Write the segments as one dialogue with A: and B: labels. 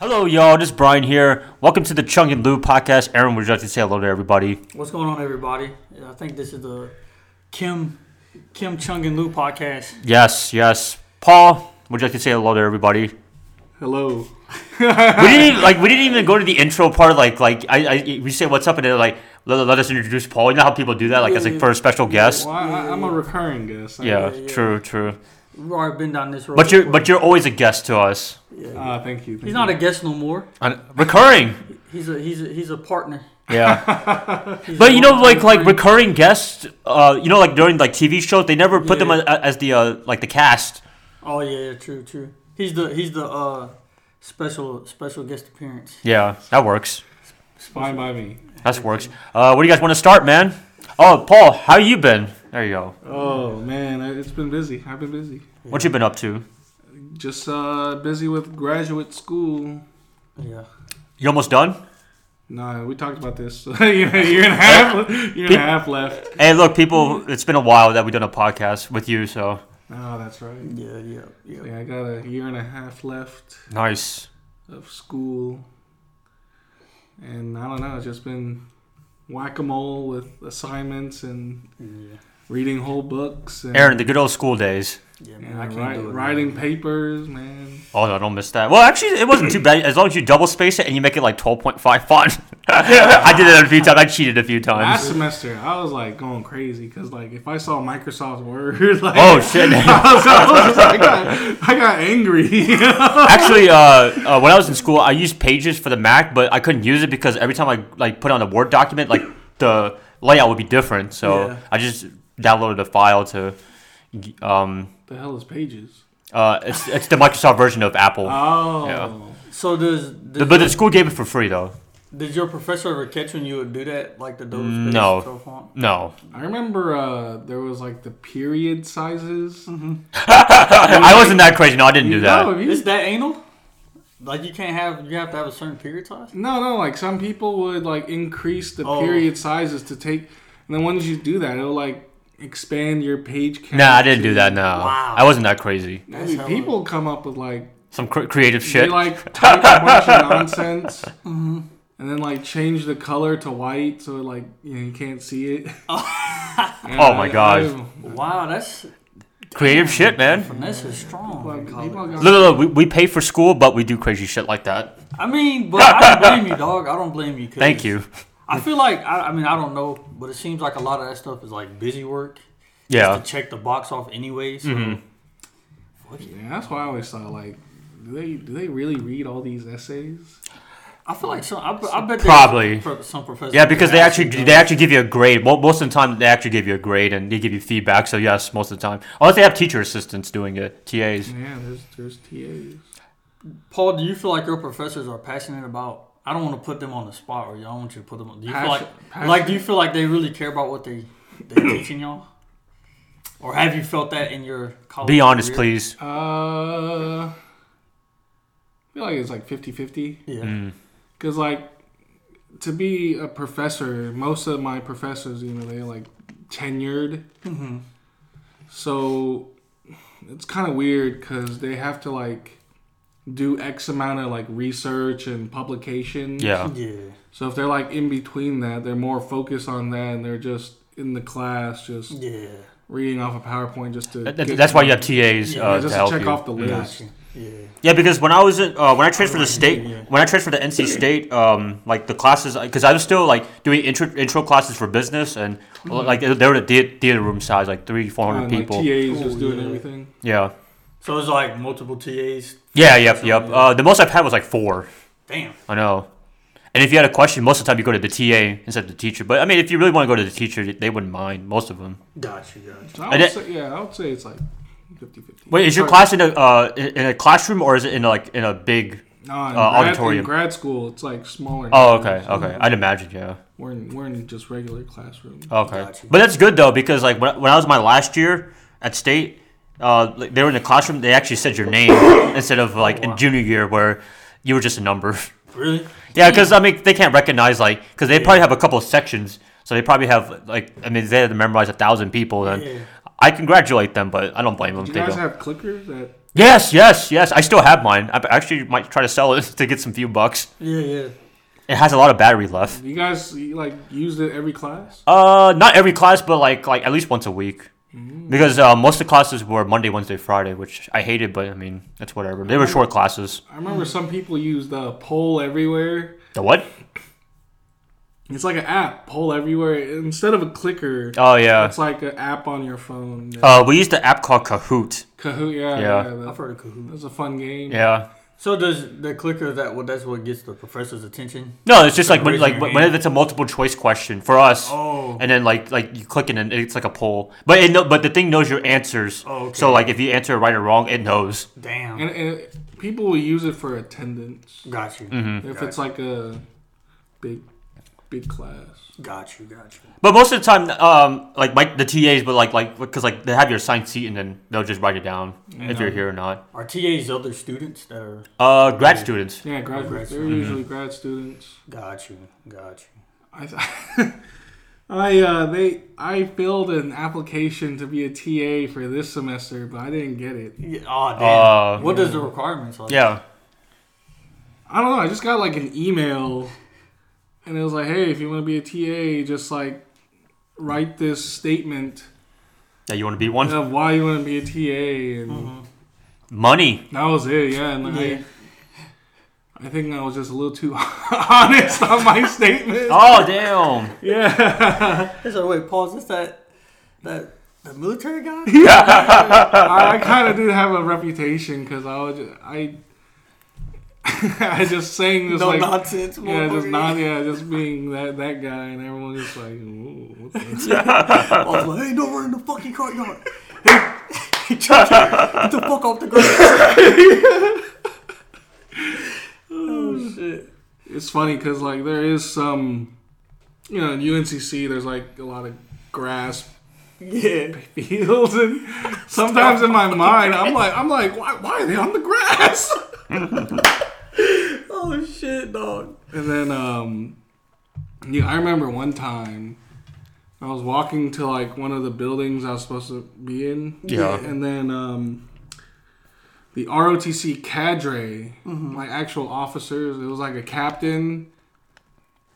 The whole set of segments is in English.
A: Hello, y'all. This is Brian here. Welcome to the Chung and Lou podcast. Aaron, would you like to say hello to everybody?
B: What's going on, everybody? I think this is the Kim Kim Chung and Lou podcast.
A: Yes, yes. Paul, would you like to say hello to everybody?
C: Hello.
A: We didn't even, like we didn't even go to the intro part. Like like I, I we say what's up and they're like let, let us introduce Paul. You know how people do that like as like for a special guest.
C: Well, I, I'm a recurring guest. I-
A: Yeah,
B: yeah.
A: true, true.
B: We've already been down this road.
A: But you're
B: before.
A: but you're always a guest to us.
C: Ah, thank you. Thank
B: he's
C: you.
B: not a guest no more.
A: Uh, Recurring.
B: He's a he's a, he's a partner.
A: Yeah,
B: He's
A: but
B: a
A: you know,
B: long-term
A: like like
B: friend.
A: recurring guests, uh, you know, like during like TV shows, they never put them
B: Yeah.
A: a, as the uh, like the cast.
B: oh yeah, yeah, true, true. He's the he's the uh special special guest appearance.
A: Yeah, that works.
C: It's fine by me.
A: That works. Uh, where do you guys want to start, man? Oh, Paul, how you been? There you go.
C: Oh man, I- it's been busy. I've been busy.
A: What you been up to?
C: Just uh, busy with graduate school.
B: Yeah,
A: You almost done?
C: Nah, we talked about this. you're, you're and a half. You're and a half left.
A: Hey, look, people, it's been a while that we've done a podcast with you, so
C: Oh, that's right.
B: yeah, yeah, yeah.
C: Yeah, I got a year and a half left
A: nice.
C: of school, and I don't know. It's just been whack a mole with assignments and
B: Yeah,
C: reading whole books. And,
A: Aaron, the good old school days.
B: yeah man,
C: and
B: I can't
C: write-
B: do it.
C: writing papers, man.
A: Oh, no, don't miss that. Well, actually, it wasn't too bad as long as you double space it and you make it like 12.5 font. I did that a few times. I cheated a few
C: Last
A: times.
C: semester, I was like going crazy because like if I saw Microsoft Word, like
A: Oh, shit.
C: I was, I was just like, I got, I got angry.
A: Actually, uh, uh, when I was in school, I used Pages for the Mac, but I couldn't use it because every time I like put on a Word document, like the layout would be different. So
B: Yeah.
A: I just downloaded a file to. Um,
C: the hell is Pages?
A: uh, it's, it's the Microsoft version of Apple.
C: Oh,
A: Yeah.
B: So does,
A: The-
B: does
A: but
B: your,
A: the school gave it for free though.
B: did your professor ever catch when you would do that like the Dover
A: Mm, no.
B: font?
A: No,
C: I remember uh, there was like the period sizes.
A: I wasn't that crazy. No, I didn't do
C: No,
A: that.
C: if
B: Is
C: you-
B: that anal? Like you can't have you have to have a certain period size.
C: no, no, like some people would like increase the
B: Oh.
C: period sizes to take, and then once you do that, it'll like expand your page count.
A: Nah, I didn't do
C: to-
A: that. No,
B: Wow.
A: I wasn't that crazy.
C: I mean,
B: That's
C: people come up with like
A: Some cr- creative shit.
C: They like type a bunch of nonsense, mm-hmm, and then like change the color to white so it, like you, know, you can't see it.
A: Oh
C: uh,
A: my God.
B: Wow, that's
A: creative shit, man.
B: finesse is strong.
C: Like, people got-
A: Look, look, look, we, we pay for school, but we do crazy shit like that.
B: I mean, but I don't blame you, dog. I don't blame you. 'cause
A: Thank you.
B: I feel like I, I mean I don't know, but it seems like a lot of that stuff is like busy work.
A: Yeah. Mm-hmm.
B: Just to check the box off anyway. So
C: yeah, that's why I always thought like, do they do they really read all these essays?
B: I feel like some. I, I bet there's
A: Probably.
B: pro- some professors.
A: Yeah, because they actually
B: do
A: they actually give you a grade. Mo- Most of the time, they actually give you a grade and they give you feedback. So yes, most of the time, unless they have teacher assistants doing it, TAs.
C: Yeah, there's there's TAs.
B: Paul, do you feel like your professors are passionate about? I don't want to put them on the spot, or y'all don't want you to put them. on. Do you feel
C: Passion-
B: like
C: passion-
B: like do you feel like they really care about what they they teaching y'all? Or have you felt that in your
C: Oh,
B: college?
A: Be honest,
B: career?
A: please.
C: Uh, I feel like it's like 50-50.
B: Yeah.
A: Mm.
C: Because, like, to be a professor, most of my professors, you know, they're like tenured.
B: Mm-hmm.
C: So it's kind of weird because they have to, like, do X amount of, like, research and publication.
A: Yeah.
B: Yeah.
C: So if they're, like, in between that, they're more focused on that and they're just in the class, just
B: Yeah.
C: reading off a PowerPoint just to.
A: That- that-
C: get-
A: that's why you have TAs
B: Yeah,
A: uh,
C: just
A: to
C: to
A: help
C: check
A: you.
C: off the list.
B: Gotcha. Yeah.
A: Yeah, because when I was in, uh, when I transferred to state,
B: yeah.
A: when I transferred to NC State, um, like the classes, because I was still like doing intro intro classes for business, and like they were the thea- theater room size, like three four
C: And,
A: hundred
C: Mm-hmm. Ah, like,
A: people.
C: TAs
B: Oh,
C: just doing
B: yeah.
C: everything.
A: yeah.
B: So it's like multiple TAs.
A: Yeah. Yep. Yep. Uh, the most I've had was like four.
B: Damn.
A: I know. And if you had a question, most of the time you go to the TA instead of the teacher. But I mean, if you really want to go to the teacher, they wouldn't mind. Most of them.
B: Gotcha, gotcha.
C: So I
A: And
C: would
A: it-
C: say, yeah, I would say it's like 50 50.
A: Wait, is your class in a uh, in in a classroom or is it in a, like in a big?
C: No, in
A: uh,
C: grad,
A: auditorium?
C: In grad school, it's like smaller.
A: Oh, okay, okay. I'd imagine, yeah.
C: We're in, we're in just regular classrooms.
A: Okay,
B: Gotcha.
A: but that's good though because like when, when I was my last year at state, uh, like, they were in the classroom. They actually said your name instead of like in junior year where you were just a number.
B: Really?
A: yeah, because I mean they can't recognize like because they probably have a couple of sections, so they probably have like I mean they had to memorize a thousand people. Then
B: Yeah.
A: I congratulate them, but I don't blame them.
C: Do
A: if
C: you
A: They
C: guys
A: don't.
C: have clickers at
A: Yes, yes, yes. I still have mine. I actually might try to sell it to get some few bucks.
B: Yeah, yeah.
A: It has a lot of battery left.
C: You guys you, like used it every class?
A: Uh, not every class, but like like at least once a week. Because uh, most of the classes were Monday, Wednesday, Friday, which I hated, but I mean, that's whatever. They were short classes.
C: I
B: Mm.
C: remember some people used uh, poll everywhere.
A: The what?
C: It's like an app, poll everywhere. Instead of a clicker,
A: Oh, yeah.
C: it's like an app on your phone. Yeah.
A: Uh, we used the app called Kahoot.
C: Kahoot,
A: yeah.
C: yeah, yeah.
B: I've
C: that,
B: heard of Kahoot.
C: that's a fun game.
A: Yeah.
B: So does the clicker that well, that's what gets the professor's attention?
A: No, it's just like when,
B: Raising
A: like
B: your
A: when
B: hand.
A: it's a multiple choice question for us,
B: Oh.
A: and then like like you click it and it's like a poll. But it no, but the thing knows your answers.
B: Oh, okay.
A: So like if you answer right or wrong, it knows.
B: Damn.
C: And, and people will use it for attendance
B: got you.
A: Mm-hmm. Mm.
C: if it's like a big, big class.
B: Got you. Got you.
A: But most of the time, um, like my, the TAs, but like like because like they have your assigned seat and then they'll just write it down if you're here or not.
B: Are TA's other students that are?
A: Uh, grad students.
C: Yeah, grad,
B: Grad
C: they're
B: students.
A: Mm-hmm.
C: usually grad students.
B: Got you. Got you.
C: I, I uh, they I filled an application to be a TA for this semester, but I didn't get it.
B: Yeah, oh
A: Uh,
B: damn. what does the requirements like?
A: Yeah.
C: I don't know. I just got like an email, and it was like, "Hey, if you want to be a TA, just like write this statement
A: That you want to be one.
C: of why you want to be a TA." And
A: Money.
C: that was it. Yeah, and like,
B: Yeah.
C: I, I think I was just a little too honest on my statement.
A: Oh damn.
C: Yeah,
B: So wait, pause. Is that that the military guy?
C: I, I kind of did have a reputation because I was just, I. I just saying this
B: no
C: like
B: nonsense.
C: yeah, just
B: motherfucker.
C: not yeah, just being that that guy, and everyone just like, Ooh, what the
B: I was like, hey, no, we're in the fucking courtyard. Hey, Chuck, get the fuck off the ground. oh shit.
C: it's funny because like there is some you know in uncc there's like a lot of grass
B: Yeah.
C: fields and sometimes in my mind i'm like i'm like why, why are they on the grass
B: Oh shit, dog.
C: and then um yeah i remember one time i was walking to like one of the buildings i was supposed to be in
A: Yeah.
C: and then um the ROTC cadre, like actual officers, it was like a captain,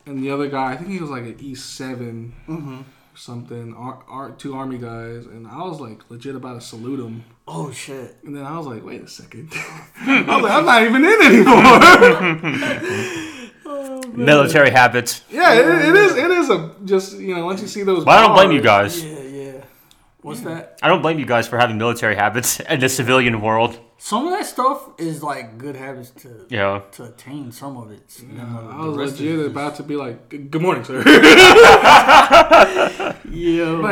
C: and the other guy. I think he was like an E seven or something. Ar- ar- two army guys, and I was like legit about to salute him,
B: Oh shit.
C: and then I was like, wait a second, I was like, I'm not even in anymore.
A: Military habits.
C: yeah, it, it is. It is a just you know once you see those.
A: But I don't blame you
C: bars-
A: guys.
B: Yeah, yeah. What's that?
A: I don't blame you guys for having military habits in the civilian world.
B: Some of that stuff is like good habits to
A: Yeah.
B: to attain. Some of it.
C: I was legit about to be like, "Good good morning, sir." but
B: Yeah.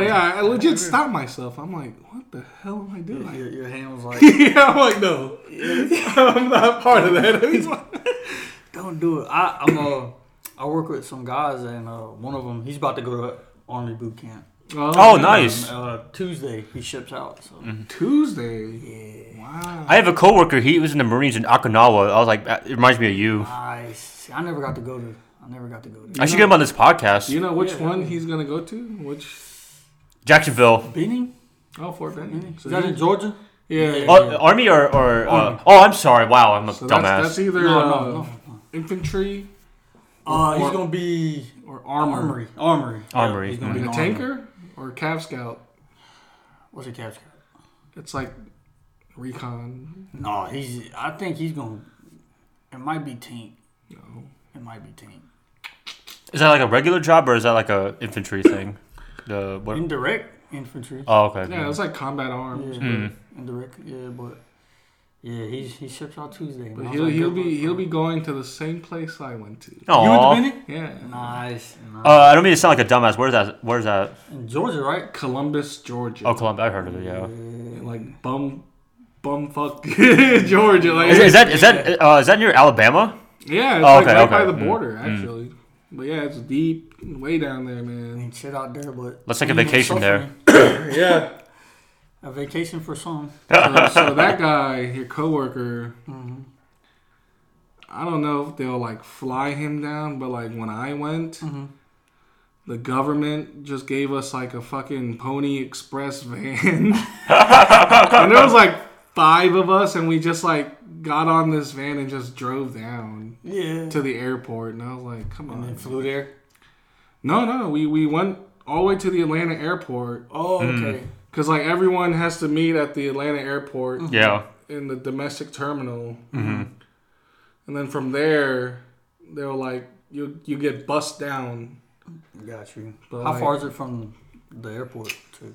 C: yeah, I legit stopped myself. I'm like, "What the hell am I doing?"
B: Your, your hand was like,
C: yeah, I'm like, no, I'm not part of that. He's like,
B: don't do it. I, I'm uh, I work with some guys, and uh, one of them, he's about to go to army boot camp.
A: Oh, nice.
B: Uh, Tuesday he ships out. So
C: Mm-hmm. Tuesday.
B: yeah,
C: Wow.
A: I have a coworker. He was in the Marines in Okinawa. I was like, that- it reminds me of you.
B: nice. I never got to go to. I never got to go to.
A: I should get him on this podcast.
C: Do you know which
B: Yeah.
C: one he's gonna go to? Which?
A: Jacksonville.
B: Benning?
C: Oh, Fort Benning.
B: Is that in Georgia?
C: yeah.
B: Yeah.
A: Oh, Army or, or uh,
B: Army.
A: oh, I'm sorry. Wow, I'm a
C: So
A: dumbass.
C: that's, that's either
B: No,
C: uh,
B: no, no.
C: infantry
B: Uh, he's
C: Or-
B: gonna be
C: or armor.
B: armory. Armory.
A: Armory,
B: Yeah, he's gonna
A: mhm.
B: be
C: A
B: an armory.
C: Mm-hmm. tanker or Cav Scout?
B: What's a cap scout?
C: It's like recon.
B: No, he's. I think he's gonna. It might be tank.
C: No.
B: It might be tank.
A: Is that like a regular job or is that like a infantry thing? The what?
B: Indirect infantry.
A: Oh, okay.
C: Yeah, it's like combat arms.
A: Hmm.
B: Yeah, indirect. Yeah, but yeah, he's he ships out Tuesday.
C: But he'll, he'll be he'll be going to the same place I went to.
B: You
A: Aw.
B: went to Benning?
C: Yeah.
B: Nice. nice.
A: Uh, I don't mean to sound like a dumbass. Where's that? Where's that?
B: In Georgia, right?
C: Columbus, Georgia.
A: Oh, Columbus. I heard of it. Uh, Yeah.
B: Yeah.
C: Like bum, bum fuck Georgia. Like
A: Is, is that is that uh, is that near Alabama?
C: Yeah, it's
A: Oh,
C: like
A: okay,
C: right
A: okay.
C: by the
A: Mm,
C: border, actually. But yeah, it's deep, way down there, man.
B: Ain't shit out there, but
A: Let's take a
B: you know,
A: vacation there.
B: suffering.
C: yeah.
B: A vacation for some.
C: So, Uh, so that guy, your coworker,
B: Mhm.
C: I don't know if they'll like fly him down, but like when I went,
B: Mhm.
C: the government just gave us like a fucking Pony Express van, and there was like five of us, and we just like got on this van and just drove down
B: Yeah.
C: to the airport. And I was like, come
B: and
C: on.
B: then flew there.
C: No, no, we we went all the way to the Atlanta airport
B: Oh,
A: Hmm.
B: okay.
C: because like everyone has to meet at the Atlanta airport
A: Yeah.
C: in the domestic terminal, and then from there they were like, you you get bussed down.
B: Got you.
C: But
B: How
C: like-
B: far is it from the airport to?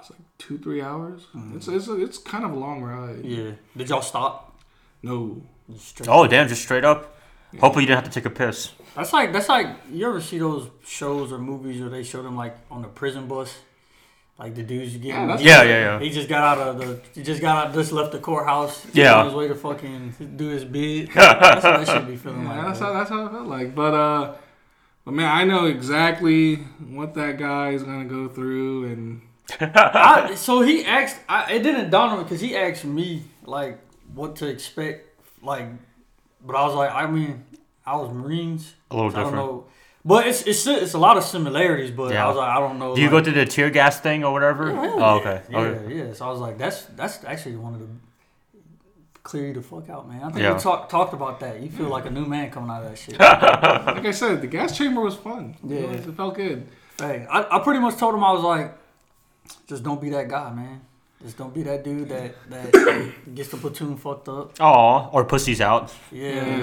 C: It's like two three hours. It's it's it's kind of a long ride.
B: Mm-hmm. Yeah. Did y'all stop?
C: No,
B: Just straight-
A: Oh damn! Just straight up. Hopefully you didn't have to take a piss.
B: That's like that's like you ever see those shows or movies where they show them like on the prison bus, like the dudes you get.
C: Yeah, that's-
A: Yeah, yeah, yeah.
B: He just got out of the. He just got out. Just left the courthouse. He's
A: Yeah.
B: On his way to fucking do his bid. That's what I should be feeling
C: yeah,
B: like.
C: that's
B: bro.
C: how that's how it felt like. But uh, but man, I know exactly what that guy is gonna go through, and
B: I, so he asked. I, it didn't dawn on me because he asked me like what to expect. Like, but I was like, I mean, I was Marines.
A: A little
B: so I don't
A: different.
B: know. But it's it's it's a lot of similarities. But
A: Yeah.
B: I was like, I don't know.
A: Do you go
B: like-
A: through the tear gas thing or whatever? Oh, okay.
B: Yeah,
A: okay.
B: yeah. So I was like, that's that's actually one of the clear you the fuck out, man. I think
A: Yeah.
B: we talked talked about that. You feel like a new man coming out of that shit.
C: like I said, the gas chamber was fun.
B: Yeah.
C: it, was- it felt good.
B: hey, I, I pretty much told him I was like, just don't be that guy, man. Just don't be that dude that that gets the platoon fucked up.
A: Aw, or pussy's out.
B: Yeah,
C: Yeah,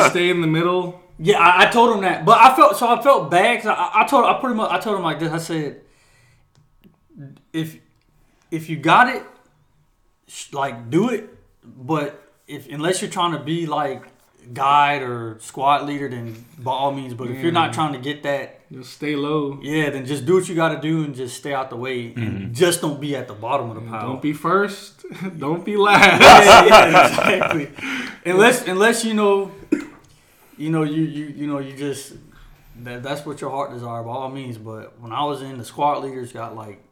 C: stay stay in the middle.
B: yeah. I, I told him that, but I felt so I felt bad. 'cause I, I told I pretty much I told him like this. I said, if if you got it, sh- like do it. But if unless you're trying to be like guide or squad leader, then by all means. But if you're not trying to get that,
C: Just stay low.
B: yeah, then just do what you got to do and just stay out the way. And just don't be at the bottom of the pile.
C: Mm-hmm. Don't be first. Don't be last.
B: yeah, yeah, exactly. Unless unless you know, you know you you you know you just that that's what your heart desire by all means. But when I was in, the squad leaders got like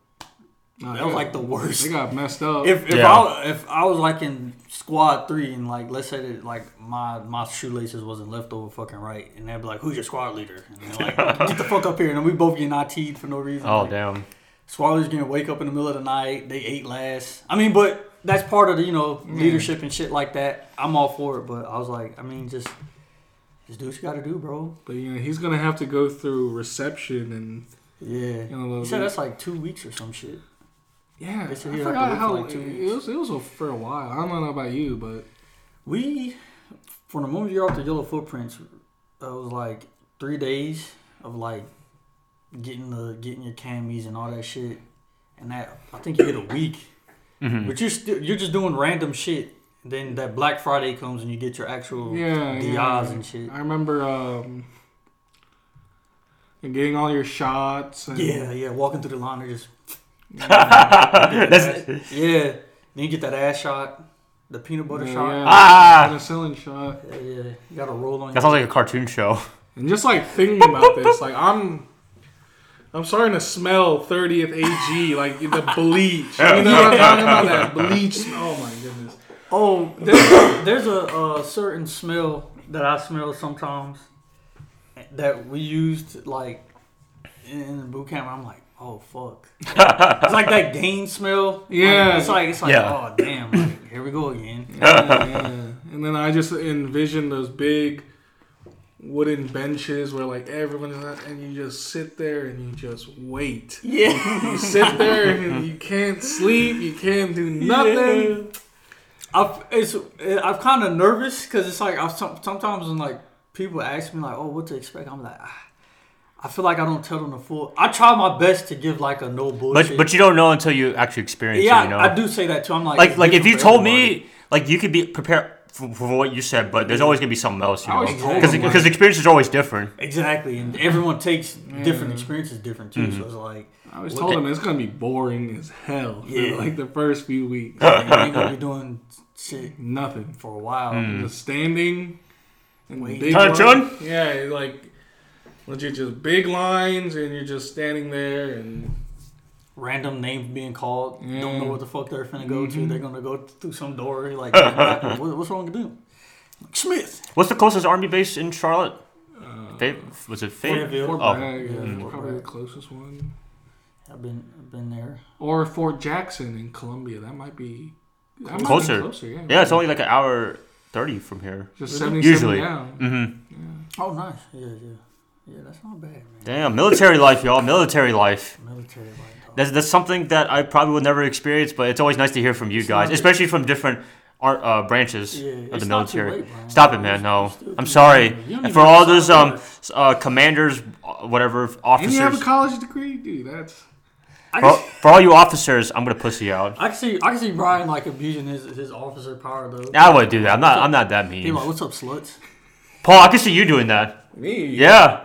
C: Nah,
B: that
C: they
B: was
C: got-
B: like the worst.
C: they got messed up.
B: If if
A: Yeah.
B: I if I was like in squad three and like let's say that like my my shoelaces wasn't left over fucking right and they'd be like who's your squad leader and they're like get the fuck up here and then we both getting IT'd for no reason.
A: Oh
B: Like,
A: damn.
B: Swallow's gonna wake up in the middle of the night. They ate last. I mean, but that's part of the you know leadership and shit like that. I'm all for it, but I was like, I mean, just just do what you gotta do, bro.
C: but you know, he's gonna have to go through reception and
B: Yeah.
C: you know.
B: He said that's like two weeks or some shit.
C: yeah.
B: They
C: I
B: said he had to
C: forgot
B: wait for
C: how
B: like two
C: it
B: weeks.
C: was. It was a- for a while. I don't know about you, but
B: We, from the moment you're off the Yellow Footprints, it was like three days of like getting the getting your camis and all that shit, and that I think you get a week, but you're still you're just doing random shit. Then that Black Friday comes and you get your actual
C: yeah,
B: Diaz
C: yeah.
B: and shit.
C: I remember um, and getting all your shots. And,
B: Yeah, yeah, walking through the line, they're just
A: That's-
B: yeah. Then you get that ass shot, the peanut butter
C: yeah,
B: shot.
C: uh, yeah,
A: Ah!
C: penicillin shot.
B: Yeah, yeah, you got to roll on.
A: that sounds like a cartoon show.
C: And just like thinking about this, like I'm, I'm starting to smell 30th AG, like the bleach. You know what I'm talking about? That bleach. smell. Oh my goodness.
B: Oh, there's, there's a, uh certain smell that I smell sometimes that we used like in the boot camp. I'm like, oh fuck, it's like that gain smell. Like,
C: Yeah.
B: it's like it's like
A: Yeah.
B: oh damn, like, here we go again.
C: Yeah, yeah. And then I just envision those big wooden benches where like everyone's at, and you just sit there and you just wait.
B: Yeah,
C: You sit there and you can't sleep, you can't do nothing.
B: nothing. I've it's I'm kind of nervous because it's like I some- sometimes when like people ask me like, oh, what to expect, I'm like. Ah. I feel like I don't tell them the full. I try my best to give like a no
A: But
B: bullshit.
A: but you don't know until you actually experience
B: Yeah,
A: it. You know.
B: I do say that too. I'm like,
A: Like
B: it's
A: like if you
B: different for
A: told
B: everybody.
A: me like you could be prepared for, for what you said, but there's always gonna be something else. You
C: I
A: know,
B: Oh,
C: always told
A: because
C: them,
A: because
C: like-
A: experience is always different.
B: exactly, and
A: Mm-hmm.
B: everyone takes different experiences different too. So it's like,
C: I always
B: What
C: told
B: the-
C: them it's gonna be boring as hell for
B: Yeah.
C: like the first few weeks.
B: man, you're gonna be doing shit
C: nothing.
B: for a while.
A: Mm-hmm. Mm.
C: just standing and
B: Wait.
C: big
A: Touch
C: lines.
A: on?
C: Yeah, you're like legit just big lines and you're just standing there and
B: Random names being called, don't
C: Yeah.
B: know
A: Mm-hmm.
B: what the fuck they're finna go to. They're gonna go through some door. Like, what, what's wrong with them? Smith.
A: What's the closest army base in Charlotte? Fa- was it Fayetteville?
B: Fayetteville.
C: uh, Fort
A: Oh.
C: Bragg is
B: Yeah, Fort
C: probably the
B: Bragg.
C: closest one.
B: I've been I've been there.
C: Or Fort Jackson in Columbia. That might be I'm not even
A: Closer.
C: closer yeah.
A: Yeah, it's only like an hour thirty from here.
C: Just 77
A: Usually.
C: down.
A: Mm-hmm.
B: Oh, nice. Yeah, yeah, yeah. That's not bad, man.
A: Damn, military life, y'all. Military life.
B: Military life. dog.
A: That's that's something that I probably would never experience, but it's always nice to hear from you guys,
B: not-
A: especially from different ar- uh, branches
B: Yeah,
A: of
B: it's
A: the
B: not too
A: military.
B: late, bro.
A: Stop it, man.
B: It's-
A: No,
B: it's still
A: I'm
B: too
A: sorry.
B: late. You don't
A: And
B: even
A: for all those
B: have
A: um
B: to-
A: s- uh, commanders, uh, whatever
C: And you have a
A: officers,
C: college degree, dude. That's
B: I
A: for,
B: can,
A: for all you officers, I'm gonna pussy out.
B: I can see, I can see Brian like abusing his, his officer power though.
A: I would do that. I'm not. I'm not that
B: He
A: mean.
B: like, what's up, sluts?
A: Paul, I can see you doing that.
C: me.
A: Yeah.
C: Why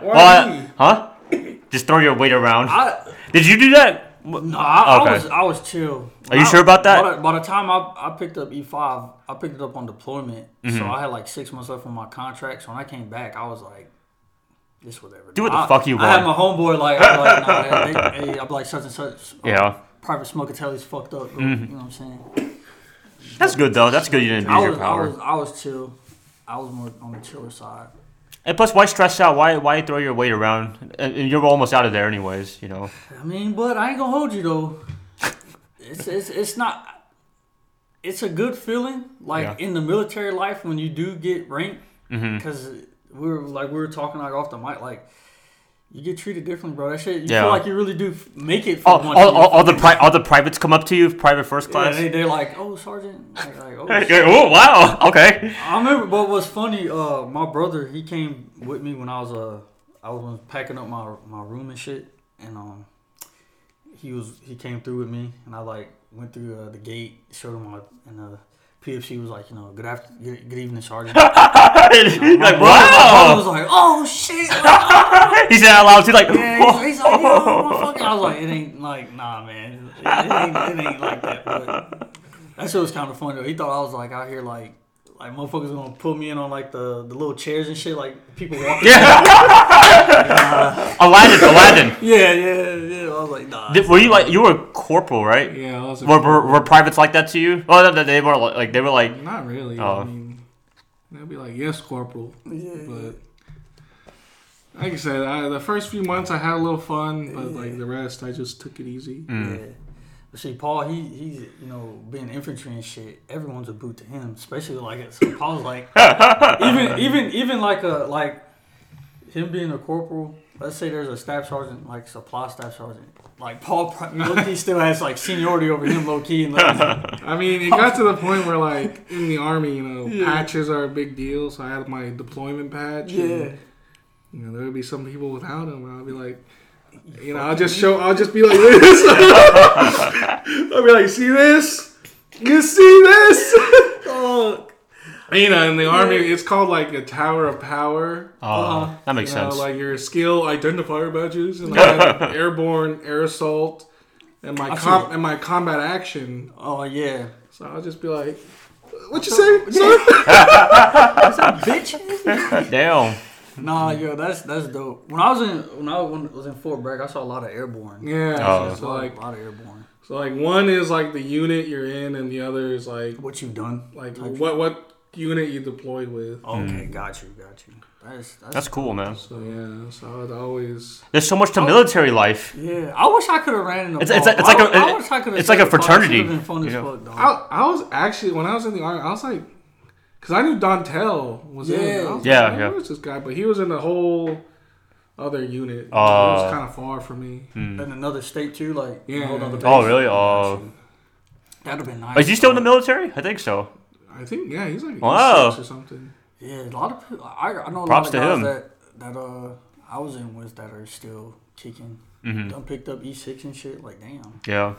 C: me?
A: Well, I- huh? Just throw your weight around.
B: I
A: Did you do that?
B: no, I,
A: Okay.
B: I was I was chill.
A: Are you
B: I-
A: sure about that?
B: By the, by the time I, I picked up E five, I picked it up on deployment, so
A: Mm-hmm.
B: I had like six months left on my contract. So when I came back, I was like, "This whatever."
A: Do what the
B: I-
A: fuck you
B: I had my
A: want.
B: homeboy like, I'm like, nah, man, they- hey, I'm like such and such. uh,
A: Yeah. Mm-hmm.
B: Private Smokatelli's fucked up. bro. You know what I'm saying?
A: That's good though. That's good. You didn't
B: I
A: use your
B: was, I
A: power.
B: was I was chill. I was more on the chiller side.
A: And plus, why stress out? Why why throw your weight around? And and you're almost out of there anyways. You know.
B: I mean, but I ain't gonna hold you though. It's it's it's not. It's a good feeling, like
A: Yeah. Mm-hmm.
B: in the military life when you do get ranked, because we were like we were talking like off the mic, like you get treated differently, bro. That shit, you
A: Yeah.
B: feel like you really do f- make it. For
A: All, all,
B: one year.
A: all, all the pri- all the privates come up to you, private first
B: yeah,
A: class.
B: they, they're like, oh, sergeant, like, like, oh,
A: Hey, hey, oh wow. Okay.
B: I remember, but what's funny, uh, my brother he came with me when I was uh I was packing up my my room and shit, and um he was he came through with me, and I like went through uh, the gate, showed him my and uh PFC was like you know good after good, good evening sergeant. My
A: like
B: brother- my brother
A: wow.
B: was like oh shit.
A: He said out loud. He's like.
B: Yeah, he's, he's like, you know, motherfucker. I was like, it ain't like, nah, man, it, it, ain't, it ain't like that. But that shit was kind of funny though. He thought I was like out here like, like motherfuckers gonna pull me in on like the, the little chairs and shit, like people walking.
A: Yeah. Aladdin. Aladdin.
B: yeah, yeah, yeah. I was like, nah.
A: Did- Were you like you were a corporal, right?
C: Yeah, I was a-
A: Were, were, were privates like that to you? Oh, no, no, they were like they were like
C: Not really.
A: Oh.
C: I mean, they'd be like, yes, corporal.
B: Yeah,
C: But like I said, I, the first few months I had a little fun, but like the rest, I just took it easy.
B: yeah. But see, Paul, he he's you know being infantry and shit. Everyone's a boot to him, especially like so. Paul's like even even even like a like him being a corporal. Let's say there's a staff sergeant, like supply staff sergeant. Like Paul, low key still has like seniority over him, low key. And like,
C: I mean, it got to the point where like in the army, you know, patches are a big deal. So I had my deployment patch.
B: yeah,
C: And, you know, there would be some people without them. and I'll be like. You know, I'll just show. I'll just be like this. I'll be like, see this? You see this?
B: Fuck.
C: you know, in the army, it's called like a tower of power.
A: oh,
B: Uh-huh.
A: that makes
C: you know,
A: sense.
C: Uh, like your skill identifier badges and I had airborne, air assault, and my
B: I
C: com-
B: see.
C: and my combat action.
B: oh yeah,
C: So I'll just be like, "What you say, sir?"
B: bitch.
A: Damn.
B: nah, yo, that's that's dope. When I was in when I was in Fort Bragg, I saw a lot of airborne.
C: Yeah.
A: Oh.
C: So like,
B: a lot of airborne.
C: so like one is like the unit you're in, and the other is like
B: What you've done?
C: like
B: Type
C: what what unit you deployed with.
B: Okay, got you, got you. That's, that's,
A: Hmm. That's cool, man.
C: So yeah. So I'd always.
A: There's so much to military life.
B: yeah. I wish I could have ran in the.
A: It's- it's
B: ball.
A: a- it's like
B: I-
A: a-
B: I wish I coulda
A: it's like a
B: said the ball. That
A: fraternity,
B: should've Been fun as
A: you know.
B: fuck, dog.
C: I I was actually when I was in the army, I was like, because I knew Dontel was in. it. I was
A: Yeah. Yeah,
C: like,
A: yeah.
C: Who is this guy? But he was in a whole other unit. it
A: Uh.
C: was kind of far from me.
B: in another state too, like
C: Yeah.
B: a whole other
A: Hmm. Oh,
B: base.
A: really? Oh,
B: That'd have been nice.
A: is he still in the military? I think so.
C: I think yeah, he's like
A: Wow.
C: wow. or something.
B: Yeah, a lot of people. I, I know a
A: Props
B: lot
A: to
B: of guys
A: him.
B: that that uh I was in with that are still kicking.
A: Mm-hmm.
B: Done picked up E six and shit. Like damn,
A: Yeah.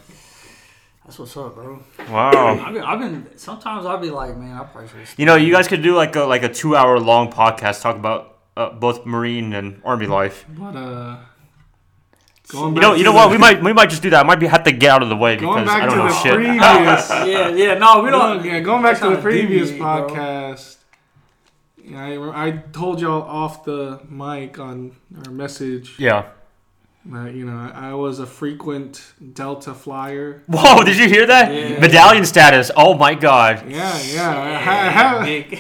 B: that's what's up, bro.
A: Wow.
B: I've been, I've been. Sometimes I'll be like, man, I probably should.
A: You know, you guys could do like a like a two hour long podcast talk about uh, both Marine and Army life.
C: But uh,
A: You
C: going back
A: know, you
C: to
A: know
C: the-
A: what? We might we might just do that. I might be have to get out of the way
C: going
A: because
C: back
A: I
C: to
A: don't know
C: the
A: shit.
C: previous.
B: Yeah, yeah. No, we don't.
C: yeah, going back to
B: Kinda
C: the previous
B: deviate, bro.
C: podcast. Yeah, I, I told y'all off the mic on our message
A: yeah.
C: that you know I, I was a frequent Delta flyer.
A: Whoa! Did you hear that?
B: Yeah.
A: Medallion status. Oh my god.
C: Yeah, yeah.
B: Big.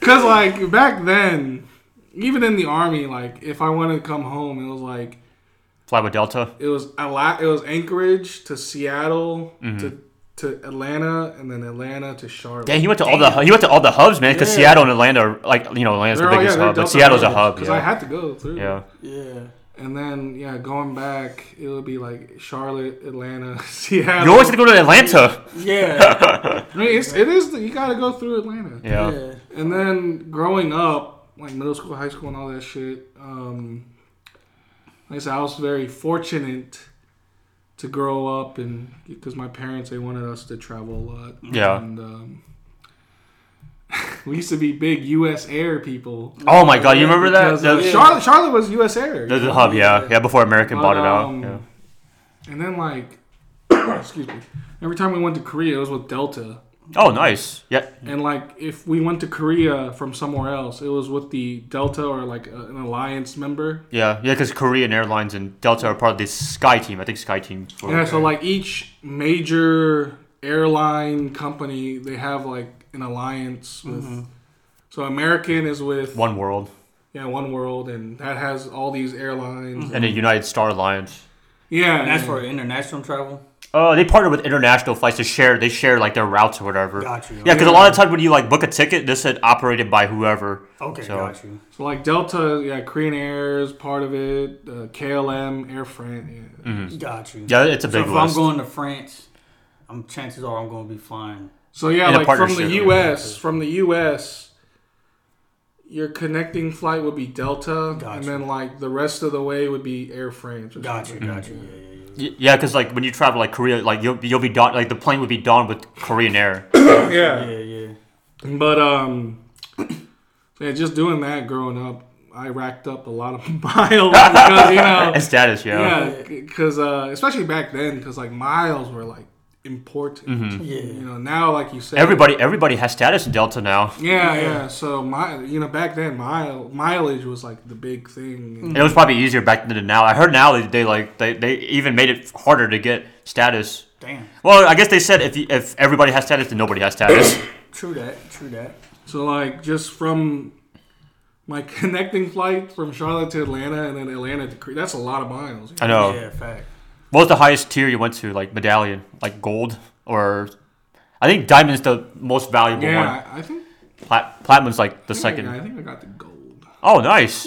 C: Because, like, back then, even in the army, like, if I wanted to come home, it was like,
A: Fly with Delta. Mm-hmm.
C: it was a lot, it was Anchorage to Seattle to to Atlanta and then Atlanta to Charlotte.
A: Damn, he went to all the he went to all the hubs, man. Because
C: Yeah.
A: Seattle and Atlanta, are, like you know, Atlanta's the biggest hub, but Seattle's a hub.
C: Because
A: Yeah.
C: I had to go through.
A: yeah.
B: Yeah.
C: And then yeah, going back, it would be like Charlotte, Atlanta, Seattle.
A: You always have to go to Atlanta.
B: Yeah.
C: I mean, it's, it is. The, you got to go through Atlanta.
A: Yeah.
B: yeah.
C: And then growing up, like middle school, high school, and all that shit. Um, like I said, I was very fortunate to grow up, and because my parents they wanted us to travel a lot.
A: Yeah.
C: And um, we used to be big U.S. Air people.
A: Oh my god, you remember that?
C: Because, uh,
A: The,
B: Yeah.
C: Charlotte, Charlotte was U.S. Air.
A: the- the hub, yeah, yeah. Before American
C: But,
A: bought it out.
C: um,
A: yeah.
C: And then like, excuse me. Every time we went to Korea, it was with Delta.
A: Oh, nice. Yeah,
C: And like, if we went to Korea from somewhere else, it was with the Delta or like a, an alliance member.
A: yeah, yeah. Because Korean Airlines and Delta are part of this Sky Team. I think Sky Team. for-
C: Yeah. So like each major airline company, they have like an alliance with.
B: Mm-hmm.
C: So American is with
A: One World
C: yeah One World, and that has all these airlines.
A: and the United Star Alliance.
C: Yeah,
B: And that's
C: yeah.
B: for international travel.
A: Uh, they partner with international flights to share. They share like their routes or whatever.
B: Got you.
A: Yeah, because a lot of times when you like book a ticket, this said operated by whoever.
B: Okay,
A: So-
B: got you.
C: So like Delta, yeah, Korean Air is part of it. Uh, KLM, Air France. Yeah.
B: Got you.
A: hmm. Yeah, it's a
B: So
A: big
B: if
A: list.
B: I'm going to France, I'm chances are I'm going to be flying.
C: So yeah,
A: In a
C: like from the
A: partnership, yeah.
C: U.S. From the U.S. Your connecting flight would be Delta,
B: Gotcha.
C: and then like the rest of the way would be Air France. or
B: Got you.
C: something.
B: Got you. Yeah, yeah, yeah.
A: Y- yeah, because like when you travel like Korea, like you'll you'll be don- like the plane would be donned with Korean Air.
C: Yeah,
B: Yeah, yeah.
C: but um, yeah, just doing that growing up, I racked up a lot of miles because you know,
A: and status, yeah.
C: yeah, because uh, especially back then, because like miles were like important. You
B: Yeah.
C: know, now like you said,
A: Mm-hmm. Everybody everybody has status in Delta now.
C: Yeah, yeah. So my, you know, back then mile mileage was like the big thing.
A: And it was probably easier back then than now. I heard now they, they like they, they even made it harder to get status.
B: Damn.
A: Well, I guess they said if you, if everybody has status, then nobody has status.
B: True that. True that.
C: So like just from my connecting flight from Charlotte to Atlanta and then Atlanta to Cre- that's a lot of miles.
A: I know.
B: Yeah, fact.
A: What was the highest tier you went to? Like medallion, like gold, or I think diamond's the most valuable one.
C: Yeah, I think
A: Plat- platinum's like the
C: I think I got-
A: second.
C: I think I got the gold.
A: Oh, nice.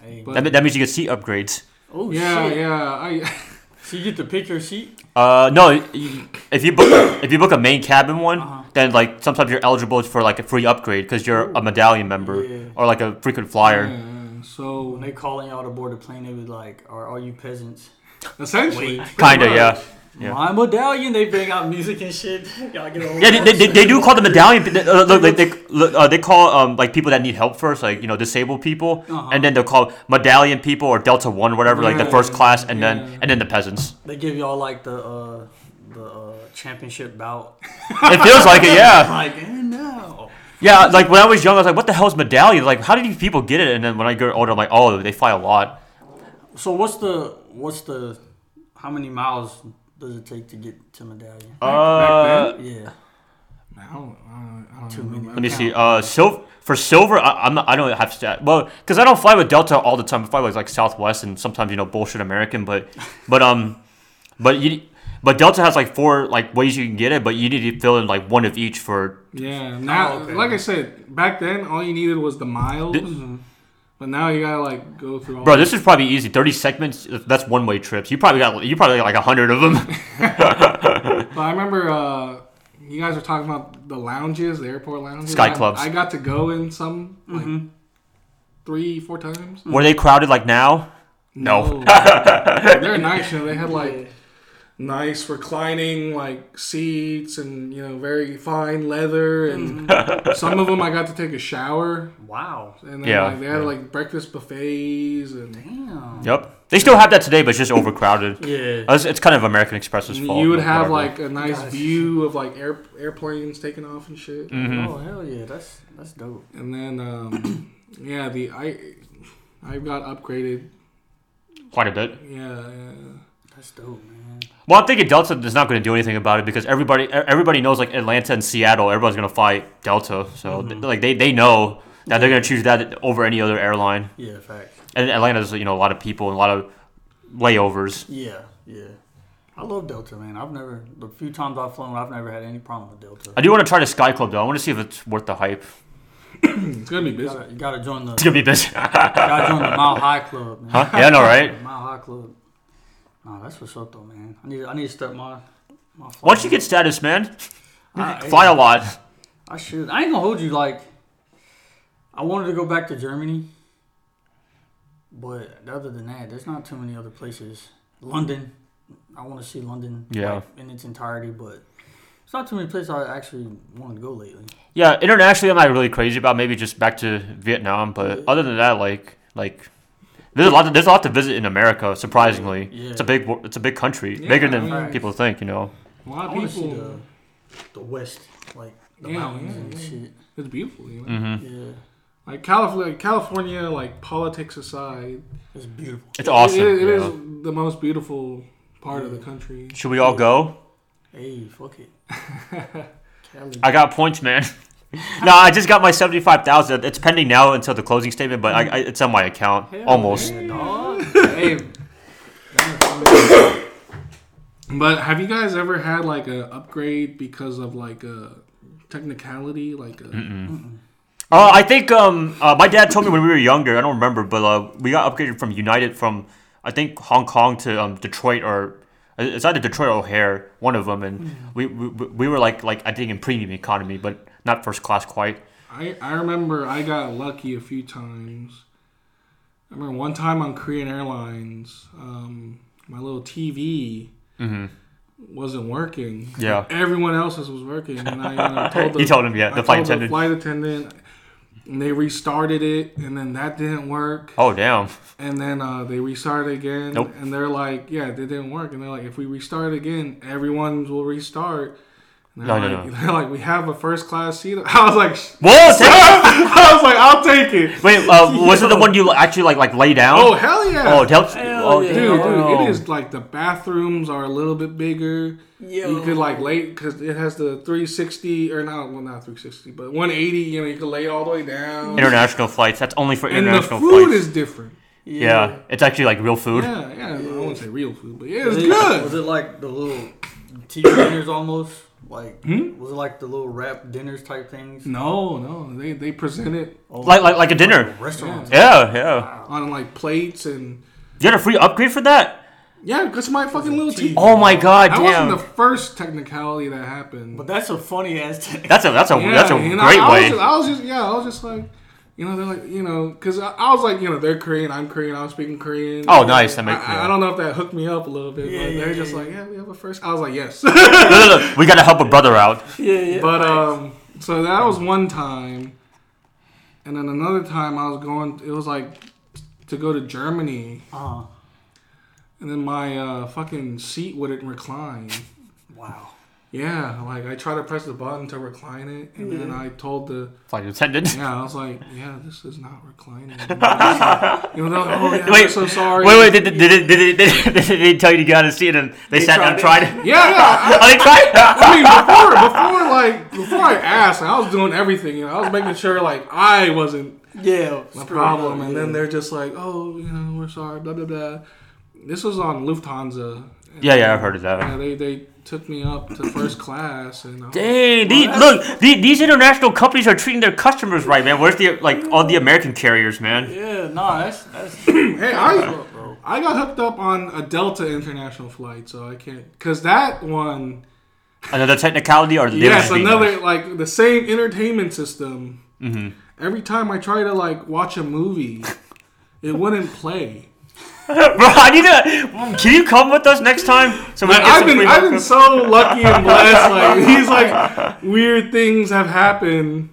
B: Hey,
C: But-
A: That, me- that means you get seat upgrades.
B: oh
C: Yeah,
B: shit.
C: yeah. I
B: So you get to pick your seat.
A: Uh, no, you- if you book if you book a main cabin one,
B: Uh-huh.
A: then like sometimes you're eligible for like a free upgrade because you're a medallion member
B: Yeah.
A: or like a frequent flyer.
C: yeah,
B: When
C: so
B: they calling y'all to board the plane, they was like, "Are all you peasants?"
C: essentially,
B: Wait.
C: pretty
A: Kinda,
C: much.
A: yeah. Yeah.
B: My medallion. They bring out music and shit. Y'all get on.
A: Yeah, they, they, they do call the medallion. pe- Uh, look, like, they look, uh, they call um, like people that need help first, like you know disabled people,
B: Uh-huh.
A: and then they'll call medallion people or Delta One or whatever, like the
C: Yeah,
A: first class, and
C: yeah.
A: then and then the peasants.
B: They give y'all like the uh, the uh, championship bout.
A: It feels like it, yeah,
B: Like, eh, no.
A: yeah. Like when I was young, I was like, what the hell is medallion? Like, how do these people get it? And then when I get older, I'm like, oh, they fly a lot.
B: So what's the what's the how many miles does it take to get to medallion?
A: Uh,
B: yeah.
C: I don't, I don't, I
B: Too
C: don't
B: many.
C: remember.
A: Let me see. Uh, sil- for silver, I, I'm not, I don't have stat. Well, because I don't fly with Delta all the time. I fly with like Southwest and sometimes you know bullshit American. But but um, but you but Delta has like four like ways you can get it, but you need to fill in like one of each for.
C: Yeah, now
B: Oh, okay.
C: like I said, back then all you needed was the miles,
A: Th-
B: Mm-hmm.
C: but now you gotta like go through all.
A: Bro, this is probably easy. Thirty segments. That's one way trips. You probably got you probably got like hundred of them.
C: But I remember uh, you guys were talking about the lounges, the airport lounges.
A: Sky
C: I-
A: clubs.
C: I got to go in some like three, four times.
A: Were they crowded like now? No.
C: They're nice. You know, they had like nice reclining like seats and you know very fine leather and some of them I got to take a shower
B: Wow.
C: and then
A: Mm-hmm. Yeah,
C: like, they had
A: yeah.
C: like breakfast buffets and
B: Damn.
A: Yep. They still have that today, but it's just overcrowded.
B: Yeah.
A: It's, it's kind of American Express's fault.
C: you would
A: but
C: have
A: whatever.
C: like a nice
B: Guys.
C: view of like air, airplanes taking off and shit.
A: Mm-hmm.
B: Oh hell yeah, that's that's dope.
C: And then, um, yeah, the I I got upgraded.
A: quite a bit.
C: Yeah, yeah.
B: That's dope, man.
A: Well, I'm thinking Delta is not going to do anything about it because everybody e- everybody knows like Atlanta and Seattle, everybody's going to fight Delta. So th- like they, they know that they're going to choose that over any other airline.
B: Yeah, fact.
A: And Atlanta's you know a lot of people and a lot of layovers.
B: Yeah, yeah. I love Delta, man. I've never the few times I've flown, I've never had any problem with Delta.
A: I do want to try the Sky Club though. I want to see if it's worth the hype.
C: It's gonna be
B: You
C: busy.
B: gotta, you gotta join the
A: It's gonna be busy.
B: gotta join the Mile High Club, man.
A: Huh? Yeah, I know, right?
B: Mile High Club. Nah, that's what's up though, man. I need I need to step my my.
A: Once you get status, man,
B: I-
A: fly a lot.
B: I should. I ain't gonna hold you. Like, I wanted to go back to Germany, but other than that, there's not too many other places. London, I want to see London,
A: Yeah.
B: like, in its entirety, but it's not too many places I actually wanted to go lately.
A: Yeah, internationally, I'm not really crazy about. Maybe just back to Vietnam, but other than that, like like there's a lot. there's a lot to visit in America. Surprisingly,
B: Yeah.
A: it's a big wor- it's a big country,
C: Yeah,
A: bigger
C: I
A: than
B: mean-
A: people think. You know,
C: A lot
B: I
C: of
B: want to see the
C: people.
B: the West, like the
C: Yeah,
B: mountains
C: yeah,
B: and
C: yeah.
B: shit.
C: It's beautiful. You know?
A: hmm
B: Yeah,
C: Like California, California, like politics aside,
B: it's beautiful.
A: it's awesome.
C: It, it
A: you
C: is
A: know?
C: the most beautiful part of the country.
A: Should we all go?
B: Hey, fuck it. Cali.
A: I got points, man. no, I just got my seventy five thousand. It's pending now until the closing statement, but I, I, it's on my account
B: Hell
A: almost.
B: yeah, dog. hey,
C: But have you guys ever had like a upgrade because of like a technicality, like a,
A: Uh, I think um, uh, my dad told me when we were younger. I don't remember, but uh, we got upgraded from United from I think Hong Kong to um, Detroit or uh, it's either Detroit or O'Hare, one of them, and
C: Mm.
A: we, we we were like like I think in premium economy, but not first class quite.
C: I, I remember I got lucky a few times. I remember one time on Korean Airlines, um, my little TV
A: Mhm.
C: wasn't working.
A: Yeah.
C: Everyone else's was working, and I you know, told the,
A: You told him, yeah,
C: I
A: the flight
C: told
A: attendant.
C: flight attendant, and they restarted it, and then that didn't work,
A: Oh damn!
C: and then uh, they restarted again,
A: Nope.
C: and they're like, yeah, it didn't work, and they're like, if we restart again, everyone's will restart. And they're,
A: No, no,
C: like,
A: no.
C: they're like, we have a first class seat. I was like,
A: What?
C: I was like, I'll take it.
A: Wait, uh, was it the one you actually like like lay down?
C: Oh hell yeah!
A: oh, del- oh
B: yeah.
C: dude,
A: damn.
C: dude, it is like the bathrooms are a little bit bigger. You could like lay because it has the 360 or not, well not 360, but 180. You know, you can lay all the way down.
A: international flights. That's only for
C: and the
A: international
C: food
A: flights.
C: is different.
A: yeah. it's actually like real food.
C: Yeah, yeah. I won't say real food, but yeah,
B: Was
C: it's
B: it- Was
C: good.
B: it like the little TV dinners almost? Like, was it like the little wrap dinners type things?
C: No, no, they they present it
B: Oh,
A: Like like like a dinner.
B: restaurants.
A: Yeah, yeah.
C: on like plates and
A: You had a free upgrade for that?
C: yeah, that's my fucking little TV.
A: Oh my god,
C: That
A: damn.
C: wasn't the first technicality that happened.
B: But that's a funny ass thing.
A: That's a that's a that's a
C: and
A: great
C: I, I
A: way.
C: Was just, I was just yeah, I was just like, you know, they're like, you know, because I, I was like, you know, they're Korean, I'm Korean, I was speaking Korean.
A: Oh,
C: You
A: nice,
C: know,
A: that make-
C: I, I- I don't know if that hooked me up a little bit,
B: Yeah,
C: but
B: yeah,
C: they're
B: yeah,
C: just
B: yeah.
C: like, yeah, we have a first. I was like, yes,
A: No, no, no, We gotta help a brother out.
B: yeah, yeah.
C: but um, so that was one time, and then another time I was going. It was like to go to Germany,
B: uh,
C: and then my uh, fucking seat wouldn't recline.
B: wow.
C: Yeah, like I tried to press the button to recline it, and then I told the
A: Flight attendant.
C: Yeah, I was like, yeah, this is not reclining. you know, they're like, oh, yeah, I'm
A: Wait,
C: so sorry.
A: Wait, wait, did, did, did, did, did, did they tell you to get out of the seat and they, sat down and tried
B: tried
A: it?
C: Yeah, yeah. I,
A: Oh, they tried?
C: I mean, before, before, like, before I asked, I was doing everything. You know, I was making sure, like, I wasn't
B: Yeah.
C: the problem. And then they're just like, oh, you know, we're sorry, blah blah blah. This was on Lufthansa.
A: yeah, yeah, I've heard of that.
C: Yeah, they they took me up to first class, and I was
A: Dang, these, look, the- these international companies are treating their customers right, man. Where's the, like, all the American carriers, man?
B: Yeah, nah, that's that's
C: Hey, I I got hooked up on a Delta international flight, so I can't. Cause that one,
A: Another technicality or they were
C: yes,
A: just being
C: another
A: nice?
C: like the same entertainment system.
A: Mm-hmm.
C: Every time I try to like watch a movie, it wouldn't play.
A: Bro, I need to, can you come with us next time? So we can get
C: I've
A: some
C: been
A: free
C: I've been
A: Hot
C: so lucky and blessed. Like these like weird things have happened.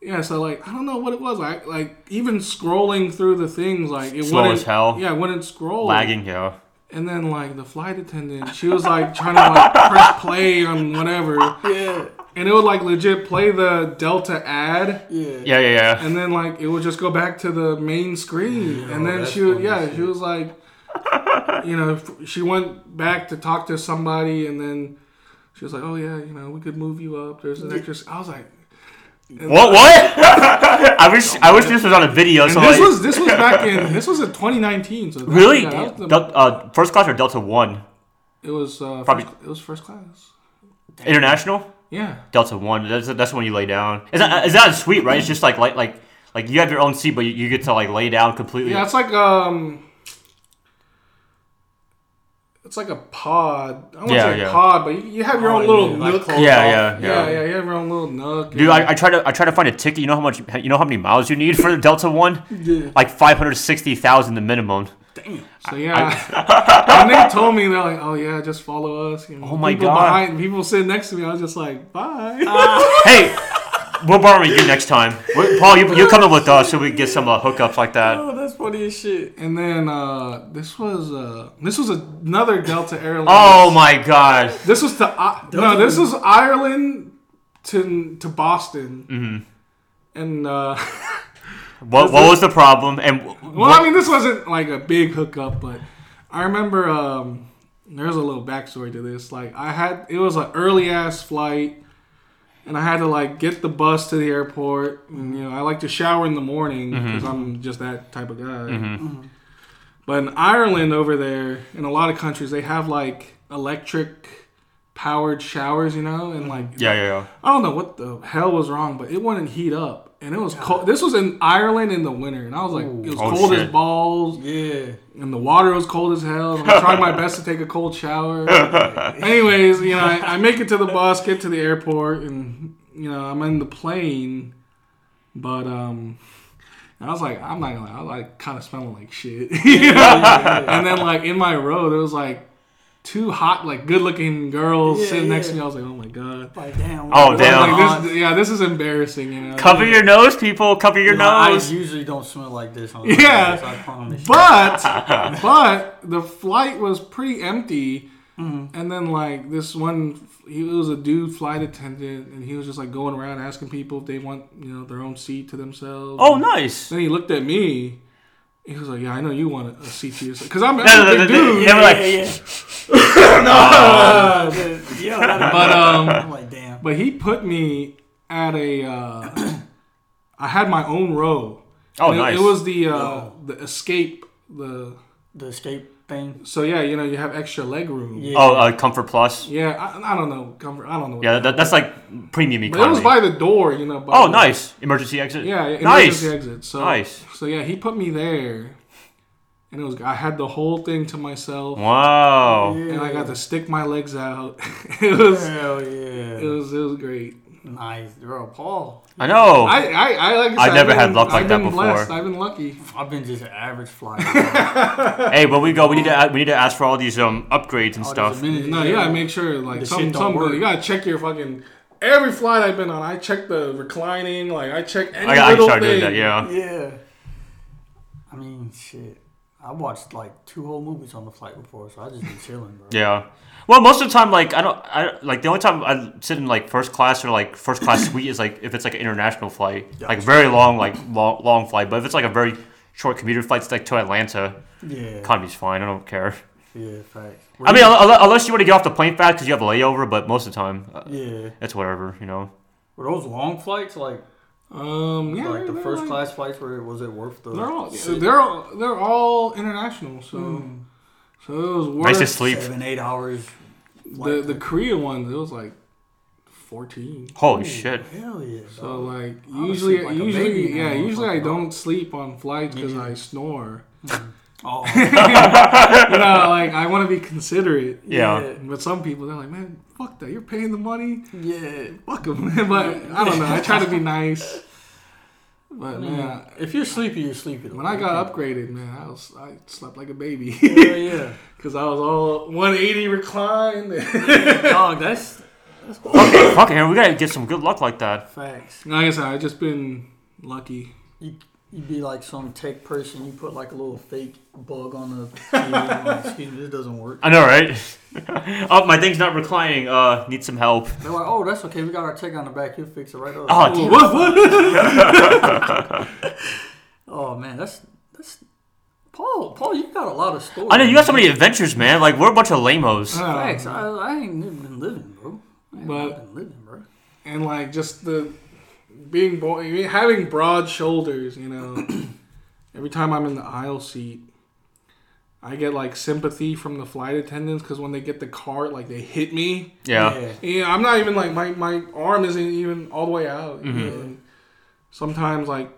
C: Yeah, so like I don't know what it was. Like like even scrolling through the things, like it
A: Slow
C: wouldn't.
A: as hell.
C: Yeah, it wouldn't scroll.
A: Cocoa. lagging, yo.
C: And then like the flight attendant, she was like trying to like press play on whatever,
B: yeah,
C: and it would like legit play the Delta ad,
B: yeah.
A: Yeah, yeah, yeah.
C: and then like it would just go back to the main screen, and then
B: oh, that's
C: she would
B: funny
C: yeah
B: shit.
C: she was like, you know f- she went back to talk to somebody, and then she was like oh yeah you know we could move you up. There's an extra. s-" I was like
A: What? What? I wish I wish this was on a video. So
C: this
A: like,
C: was this was back in this was in 2019. So that-
A: really
C: yeah, that was the-
A: Del- uh, first class or Delta One?
C: It was uh,
A: Probably-
C: first, it was first class.
A: International
C: Yeah,
A: Delta One. That's that's when you lay down. Is that is that a suite right? It's just like like like like you have your own seat, but you, you get to like lay down completely.
C: yeah. It's like um, it's like a pod. I want to
A: Yeah,
C: say
A: yeah.
C: pod, but you, you have your
B: Oh,
C: own little
B: yeah, like
C: nook.
B: closed
A: yeah,
B: off.
A: yeah, yeah.
C: yeah, yeah. You have your own little nook.
A: Dude, I, I try to I try to find a ticket. You know how much you know how many miles you need for the Delta One?
C: Yeah.
A: Like five hundred sixty thousand the minimum.
B: Damn.
C: So yeah, and they told me they're like, "Oh yeah, just follow us." You know,
A: Oh, my
C: people
A: God. Ah.
C: Behind, people sitting next to me, I was just like, "Bye."
A: Hey, we'll borrow you next time. We- Paul, you you come in with us so we can get some uh, hookups like that.
B: Oh, that's funny as shit.
C: and then uh, this was uh, this was another Delta Airlines.
A: Oh my god.
C: This was to I no.
B: Delta-
C: This was Ireland to to Boston. Mm-hmm. And uh,
A: What what was the problem? And
C: well, I mean, this wasn't like a big hookup, but I remember um, there's a little backstory to this. Like, I had it was an early ass flight, and I had to like get the bus to the airport. And you know, I like to shower in the morning because I'm just that type of guy. But in Ireland over there, in a lot of countries, they have like electric powered showers, you know, and like
A: yeah, yeah, yeah.
C: I don't know what the hell was wrong, but it wouldn't heat up, and it was cold. This was in Ireland in the winter, and I was like, it was
A: Oh,
C: cold
A: shit.
C: as balls,
B: Yeah.
C: and the water was cold as hell. And I tried my best to take a cold shower. Anyways, you know, I, I make it to the bus, get to the airport, and you know, I'm in the plane, but um. I was like, I'm not gonna lie, I was like kind of smelling like shit. You know? And then like in my row, there was like two hot, like good looking girls
B: Yeah,
C: sitting next to
B: yeah.
C: me. I was like, oh my god.
B: Like, damn.
A: Oh,
B: what-
A: damn.
C: Like, this, yeah, this is embarrassing. You know?
A: Cover your nose, people. Cover your
B: You know, I
A: nose.
B: usually don't smell like this on
C: Yeah.
B: the podcast, I promise. you.
C: But but the flight was pretty empty,
A: Mm-hmm.
C: and then like this one, he was a dude flight attendant, and he was just like going around asking people if they want you know their own seat to themselves.
A: Oh, nice.
C: Then he looked at me. He was like, "Yeah, I know you want a, a seat to yourself because I'm, I'm
A: No, no,
C: a
A: no,
C: big
A: no,
C: dude."
A: yeah, but like,
B: Uh, yeah, that-
C: But um,
B: I'm like, damn.
C: but he put me at a. Uh, I had my own row.
A: oh,
C: And it-
A: nice.
C: It was the uh, the escape the
B: The escape thing.
C: So yeah, you know, you have extra leg room. Yeah,
B: Yeah.
A: oh, uh, Comfort Plus.
C: I, I don't know, comfort. I don't know. What
A: Yeah, that, that's like premium
C: but it was
A: economy.
C: by the door, you know. By
A: Oh,
C: the-
A: nice. Emergency exit.
C: Yeah, emergency
A: nice.
C: exit. So
A: Nice.
C: So yeah, he put me there, and it was I had the whole thing to myself,
A: Wow.
C: and I got to stick my legs out. it was
B: Hell
C: it
B: yeah.
C: was it was great.
B: Nice. Girl, Paul.
A: I know.
C: I I, I like. I, said,
A: I've never
C: been-
A: had luck like
C: I've
A: that
C: been
A: before.
C: Blessed. I've been lucky.
B: I've been just an average flyer.
A: hey, when we go, we need to a- we need to ask for all these um upgrades and
B: Oh,
A: stuff.
B: there's a minute.
C: No, you gotta make sure like
B: The
C: some
B: shit don't
C: some
B: work.
C: you gotta check your fucking. Every flight I've been on, I check the reclining. Like I check any
A: I, got- I can
C: little
A: start
C: thing.
A: doing that. Yeah.
B: Yeah. I mean, shit. I watched like two whole movies on the flight before, so I just be chilling, bro.
A: Yeah. Well, most of the time, like I don't, I like the only time I sit in like first class or like first class suite is like if it's like an international flight, like very long, like long, long flight. But if it's like a very short commuter flight, it's like to Atlanta,
B: Yeah.
A: economy's fine. I don't care.
B: yeah, facts.
A: I mean, un- un- unless you want to get off the plane fast because you have a layover, but most of the time, uh,
B: yeah.
A: it's whatever, you know.
B: Were those long flights like
C: Um, yeah,
B: like the
C: they're
B: first
C: like-
B: class flights? Where was it worth the?
C: They're all
B: sit-
C: they're all, they're all international, so
B: Hmm.
C: so it was worth
A: Nice to sleep.
B: seven eight hours.
C: the the Korea ones. It was like fourteen.
A: Holy shit.
B: Hell yeah.
C: So
B: dog.
C: like
B: Oh. I would
C: usually
B: sleep like a baby
C: usually
B: now,
C: yeah usually I
B: motherfucker.
C: don't sleep on flights because
B: Yeah.
C: I snore.
B: oh,
C: you know, like I want to be considerate.
A: Yeah.
C: But some people they're like, man, fuck that. You're paying the money.
B: yeah.
C: Fuck them. but I don't know. I try to be nice. But man,
B: If you're sleepy, you're sleepy.
C: when I got upgraded, man, I was I slept like a baby
B: Hell yeah,
C: because I was all 180 reclined.
B: dog. That's
A: Okay, fucking hell, we gotta get some good luck like that.
B: facts.
C: Like I said, I've just been lucky.
B: You you be like some tech person. You put like a little fake bug on the. TV, like, Excuse me, this doesn't work.
A: I know, right? oh, my thing's not reclining. Uh, need some help.
B: They're like, oh, that's okay. We got our tech on the back. He'll fix it right up.
A: Oh, damn.
C: What? what?
B: Oh man, that's that's Paul. Paul, you got a lot of stories.
A: I know you got so many adventures, man. Like we're a bunch of lamos.
B: Facts.
C: Uh,
B: I, I ain't even been living, bro. I ain't
C: But-
B: been living, bro.
C: and like just the being boy, I mean, having broad shoulders. You know, every time I'm in the aisle seat, I get like sympathy from the flight attendants because when they get the cart, like they hit me.
A: Yeah.
C: Yeah, I'm not even like my, my arm isn't even all the way out.
B: Mm-hmm.
C: you know, and sometimes like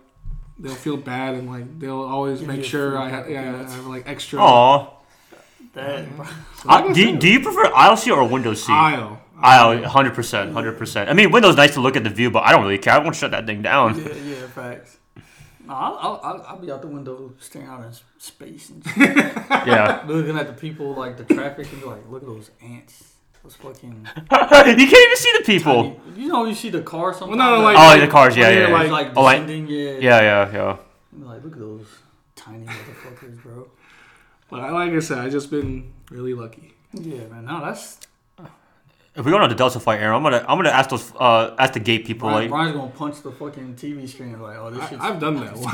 C: they'll feel bad and like they'll always
B: Give
C: make
B: you a
C: sure
B: free
C: I ha-
B: couple
C: yeah I
B: peanuts.
C: have like extra
B: Oh,
A: Aw.
B: That, bro.
C: So I
A: I,
C: guess
A: do,
C: it-
A: do you prefer aisle seat or window seat?
C: aisle.
A: Aisle, hundred percent, hundred percent. I mean, window's nice to look at the view, but I don't really care. I won't shut that thing down.
B: Yeah, yeah, facts. No, I'll, I'll- I'll, I'll be out the window staring out in s- space and
A: Yeah,
B: looking at the people, like the traffic, and be like, look at those ants. Those fucking.
A: you can't even see the people.
B: tiny- you know, you see the car sometimes.
C: Well, no, no,
B: that-
C: like
A: Oh, the cars, yeah,
C: when
A: yeah,
C: you're,
A: yeah.
B: like,
C: Like,
B: like
A: oh, like-
B: descending, yeah.
A: Yeah, yeah, yeah.
B: I'm like, look at those tiny motherfuckers, bro.
C: but I- like I said, I just been really lucky.
B: Yeah, man. No, that's
A: If we go on the Delta flight, Aaron, I'm gonna I'm gonna ask those uh ask the gate people
B: Brian,
A: like
B: Brian's gonna punch the fucking TV screen like, oh, this shit's
C: I, I've done that one.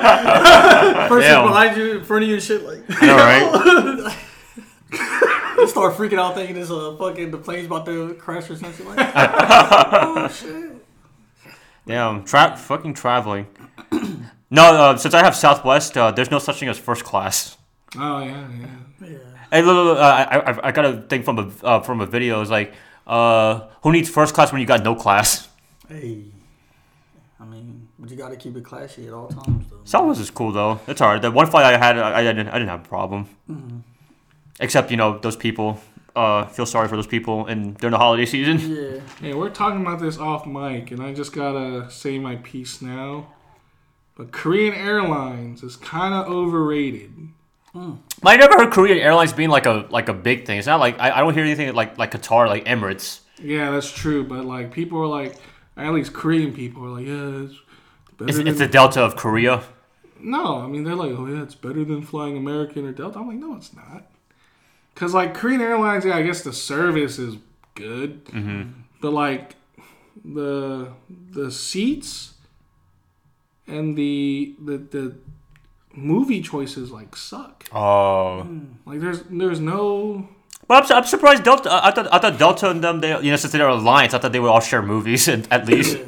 B: person
A: Damn.
B: behind you, in front of you, and shit like.
A: I know, right?
B: You start freaking out thinking this uh, fucking the plane's about to crash or something like that. oh shit.
A: Damn, tra- fucking traveling. No, uh, since I have Southwest, uh, there's no such thing as first class.
C: oh yeah, yeah.
B: Yeah.
A: Hey, look, look, look, uh, I, I I got a thing from a uh, from a video. It's like, uh, who needs first class when you got no class?
B: Hey. I mean, but you gotta keep it classy at all times though.
A: Southwest is cool though. It's alright. The one flight I had, I, I didn't I didn't have a problem. Except you know those people. Uh, feel sorry for those people, and during the holiday season.
B: Yeah.
C: Hey, we're talking about this off mic, and I just gotta say my piece now. But Korean Airlines is kind of overrated.
A: I never heard Korean Airlines being like a like a big thing. It's not like I, I don't hear anything like like Qatar, like Emirates.
C: Yeah, that's true. But like, people are like, at least Korean people are like, yeah, it's better
A: It's,
C: than.
A: it's the Delta of Korea.
C: no, I mean they're like, oh yeah, it's better than flying American or Delta. I'm like, no, it's not. Cause like Korean Airlines, yeah, I guess the service is good,
A: Mm-hmm.
C: but like the the seats and the the the movie choices like suck.
A: Oh,
C: Like there's there's no
A: but I'm, su- I'm surprised Delta. I I thought I thought Delta and them. They you know since they're alliance, I thought they would all share movies and at least.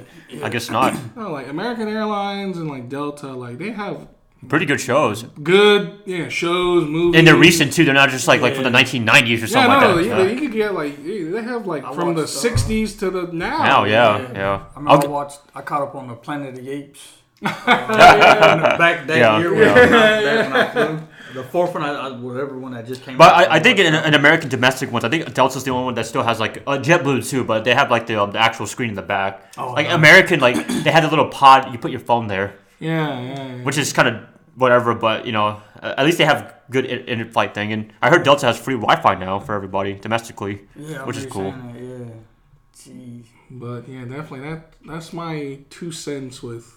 A: I guess not.
C: no like American Airlines and like Delta like they have
A: Pretty good shows.
C: good yeah shows movies
A: And they're recent too. They're not just like like from the 1990s or
C: Yeah,
A: something
C: no,
A: like that.
C: yeah,
A: Yeah.
C: you could get like they have like
B: I
C: from the
B: watched, uh,
C: '60s to the now.
A: Now, yeah, yeah.
B: I
A: I'll
B: remember
A: g-
B: I watched I caught up on the Planet of the Apes. Uh, in the back that
A: Yeah,
B: year
A: yeah.
B: when, that when I flew. The fourth one I, I whatever one that just came
A: But
B: out,
A: I, I think in,
B: watched.
A: in American domestic ones, I think Delta's the only one that still has like uh, JetBlue too, but they have like the, um, the actual screen in the back.
B: Oh,
A: like
B: nice.
A: American, like they had a little pod you put your phone there,
C: yeah, yeah. yeah.
A: which is kind of whatever. But you know, uh, at least they have good in flight thing. And I heard Delta has free Wi-Fi now for everybody domestically.
B: yeah, I
A: which
B: remember
A: is
B: you
A: cool.
B: saying That, yeah. Jeez.
C: But yeah, definitely that. That's my two cents with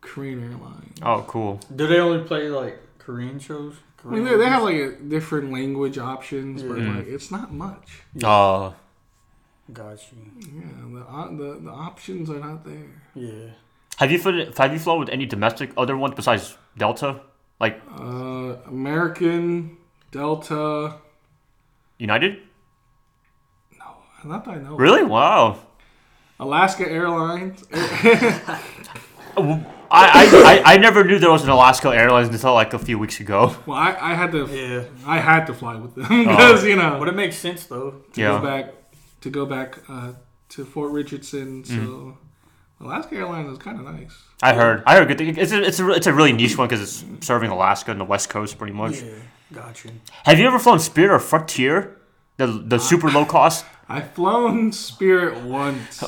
C: Korean Airlines.
A: Oh, cool.
B: Do they only play like Korean shows?
C: I mean, they, they have like a different language options, but
A: Yeah.
C: like it's not much.
A: Uh,
B: Got you.
C: Yeah, the o- the, the options are not there.
B: Yeah.
A: have you flown? Have you flown with any domestic other ones besides Delta, like
C: Uh, American Delta.
A: United?
C: Not that I know. of.
A: Really? Wow.
C: Alaska Airlines.
A: I, I, I, I never knew there was an Alaska Airlines until like a few weeks ago.
C: Well, I, I had to
B: Yeah.
C: I had to fly with them because you know
B: But it makes sense though.
C: to
A: Oh. Yeah.
C: go back to go back uh, to Fort Richardson.
A: Mm.
C: So Alaska Airlines is kind of nice.
A: I heard. I heard good thing. It's a, it's a, it's a really niche one because it's serving Alaska and the West Coast pretty much.
B: Yeah. Got you.
A: Have you ever flown Spirit or Frontier? The the super low cost,
C: I've flown Spirit once.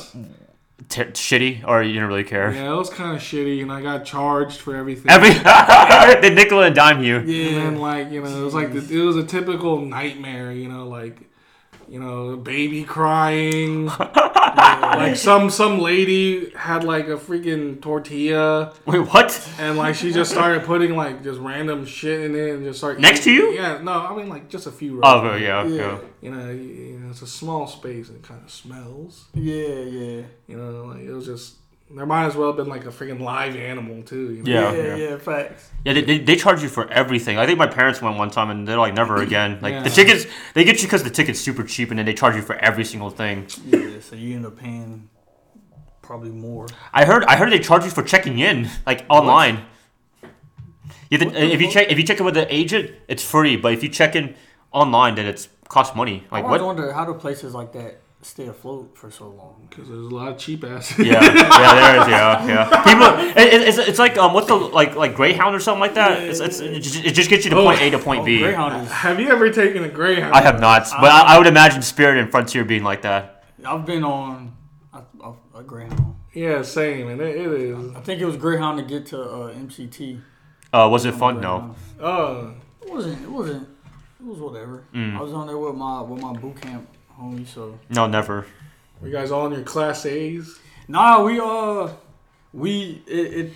A: T- shitty, or you didn't really care.
C: Yeah, it was kind of shitty, and I got charged for everything.
A: Every they nickel and dime you.
C: and then
B: Yeah.
C: like you know, it was like the, it was a typical nightmare. You know, like you know, baby crying. like some some lady had like a freaking tortilla.
A: Wait, what?
C: And like she just started putting like just random shit in it and just started
A: Next to you?
C: Yeah, no, I mean like just a few. rows.
A: Oh okay, yeah, yeah.
C: You know, you, you know, it's a small space and it kind of smells.
B: Yeah. Yeah.
C: You know, like it was just there might as well have been like a freaking live animal too. You know?
A: Yeah,
B: Yeah.
A: yeah.
B: Yeah. Facts.
A: Yeah, they, they, they charge you for everything. I think my parents went one time and they're like, never again. Like the
C: Yeah.
A: tickets, they get you because the ticket's super cheap, and then they charge you for every single thing.
B: Yeah. So you end up paying probably more.
A: I heard I heard they charge you for checking in, like online. You have to- if you check if you check in with the agent, it's free. But if you check in online, then it's cost money.
B: I
A: Like
B: always
A: what?
B: wonder how do places like that stay afloat for so long?
C: Because there's a lot of cheap ass.
A: Yeah, yeah, there is. Yeah, yeah. People, it, it- it's, it's like um, what's the like like Greyhound or something like that? It's, it's it just it just gets you to point A to point
B: Oh,
A: B. I
B: Greyhound is.
C: Have you ever taken a Greyhound?
A: have not, but I, I would imagine Spirit and Frontier being like that.
B: I've been on a, a, a Greyhound.
C: Yeah, same. And it, it is.
B: I think it was Greyhound to get to uh, MCT.
A: Uh, was it fun? No.
C: Oh,
B: It wasn't. It wasn't. It was whatever. I was on there with my with my boot camp homie. So
A: No, never.
C: were you guys all in your class A's?
B: nah, we uh we it, it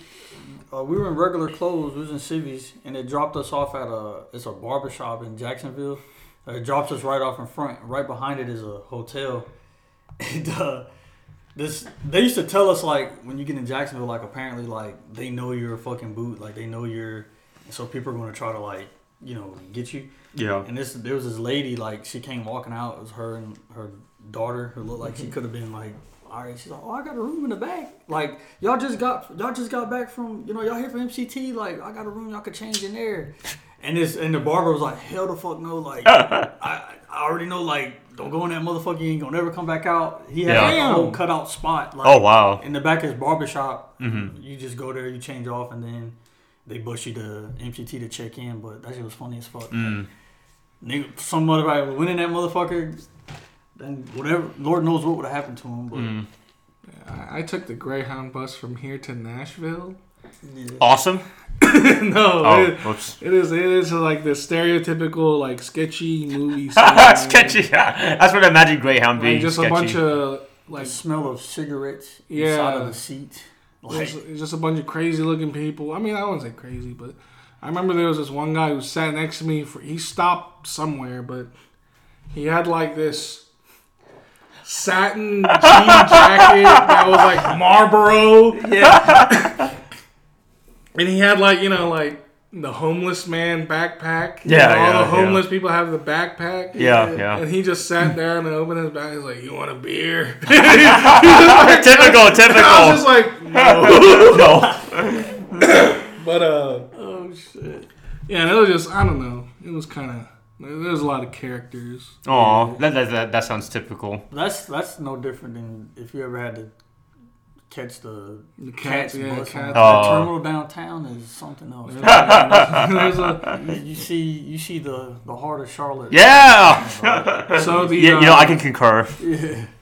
B: uh, we were in regular clothes. We was in civvies, and it dropped us off at a it's a barber shop in Jacksonville. Uh, It drops us right off in front. Right behind it is a hotel, and uh, this they used to tell us like when you get in Jacksonville, like apparently like they know you're a fucking boot, like they know you're, so people are going to try to like you know get you.
A: Yeah.
B: And this, there was this lady, like she came walking out. It was her and her daughter who looked
A: Mm-hmm.
B: like she could have been like, all right. She's like, oh, I got a room in the back. Like y'all just got, y'all just got back from, you know, y'all here from MCT. Like I got a room y'all could change in there. And this, and the barber was like, hell the fuck no. Like I, I already know. Like don't go in that motherfucker. You ain't gonna never come back out. He had
A: Yeah.
B: a whole cutout spot. Like,
A: Oh Mm-hmm. wow.
B: in the back of his barbershop, you just go there, you change off, and then they bust you to MCT to check in. But that shit was funny as fuck.
A: Mm.
B: Nigga, some motherfucker went in that motherfucker, then whatever, Lord knows what would have happened to him. But
C: Mm.
A: Mm.
C: I, I took the Greyhound bus from here to Nashville.
B: yeah.
A: Awesome.
C: no,
A: Oh,
C: it,
A: whoops.
C: it is. It is like the stereotypical like sketchy movie. scene.
A: sketchy. That's what I imagine Greyhound being.
C: Like just
A: sketchy.
C: a bunch of
B: the
C: like
B: smell of cigarettes
C: Yeah. Oh,
B: inside of the seat. Like,
C: just, just a bunch of crazy looking people. I mean, I wouldn't say crazy, but I remember there was this one guy who sat next to me for he stopped somewhere, but he had like this satin jean jacket that was like Marlboro. Yeah. and he had like, you know, like the homeless man backpack. You
A: Yeah,
C: know, all
A: yeah,
C: the homeless people have the backpack.
A: Yeah, yeah.
C: And he just sat down and opened his bag. He's like, "You want a beer?"
A: typical, typical.
C: I was just like, "No."
A: no.
C: But uh,
B: oh shit!
C: Yeah, and it was just I don't know. It was kind of there was a lot of characters.
A: Oh, that, that, that, that sounds typical.
B: That's that's no different than if you ever had to catch the
C: The cats,
B: cats.
C: yeah,
B: bus.
C: cats.
A: Oh.
B: The terminal downtown is something else.
C: There's a-
B: You, you see, you see the the heart of Charlotte.
A: Yeah.
C: so the
A: Yeah,
C: uh,
A: you know, I can concur.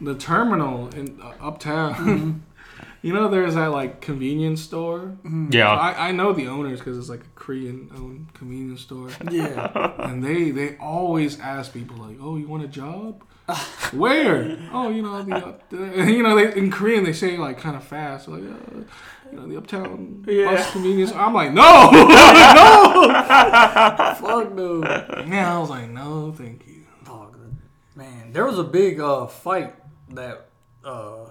C: the terminal in uh,
B: Mm-hmm.
C: uptown. you know, there's that like convenience store.
A: Yeah.
C: Mm. I, I know the owners because it's like a Korean-owned convenience store,
B: Yeah.
C: and they they always ask people like, "Oh, you want a job? Where? Oh, you know the up the, you know they in Korean they say like kind of fast like." Uh, you know, the uptown
B: Yeah.
C: bus convenience. I'm like, no, no.
B: Fuck no.
C: Yeah, I was like, no, thank you.
B: Dog, man, there was a big uh, fight that uh,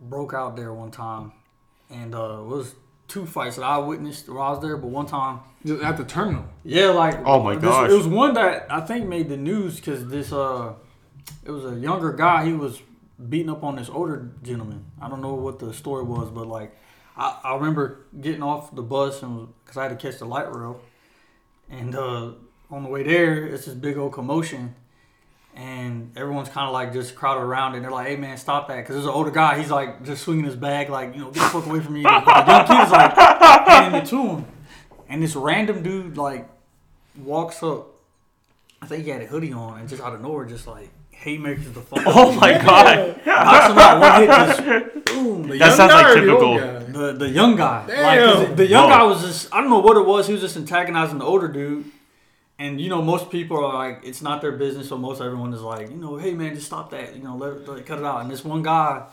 B: broke out there one time, and uh, it was two fights that I witnessed while I was there. But one time,
C: Just at the terminal.
B: yeah, like
A: Oh my
B: this-
A: gosh.
B: it was one that I think made the news because this uh, it was a younger guy. He was beating up on this older gentleman. I don't know what the story was, but like I, I remember getting off the bus and because I had to catch the light rail, and uh, on the way there, it's this big old commotion. And everyone's kind of like just crowded around, and they're like, "Hey man, stop that!" Because there's an older guy. He's like just swinging his bag, like you know, get the fuck away from me. And the young kid's like handing it to him, and this random dude like walks up. I think he had a hoodie on, and just out of nowhere, just like haymakers the fuck.
A: Oh my god.
B: Knocks him out one hit, just boom. The,
A: That
C: Young
A: sounds
C: guy
A: like
C: or the
A: typical.
C: old guy?
B: the, the young guy, like
C: Damn.
B: 'cause the young
A: Whoa.
B: guy was just I don't know what it was. He was just antagonizing the older dude, and you know most people are like it's not their business, so most everyone is like you know hey man just stop that you know let, let cut it out. And this one guy,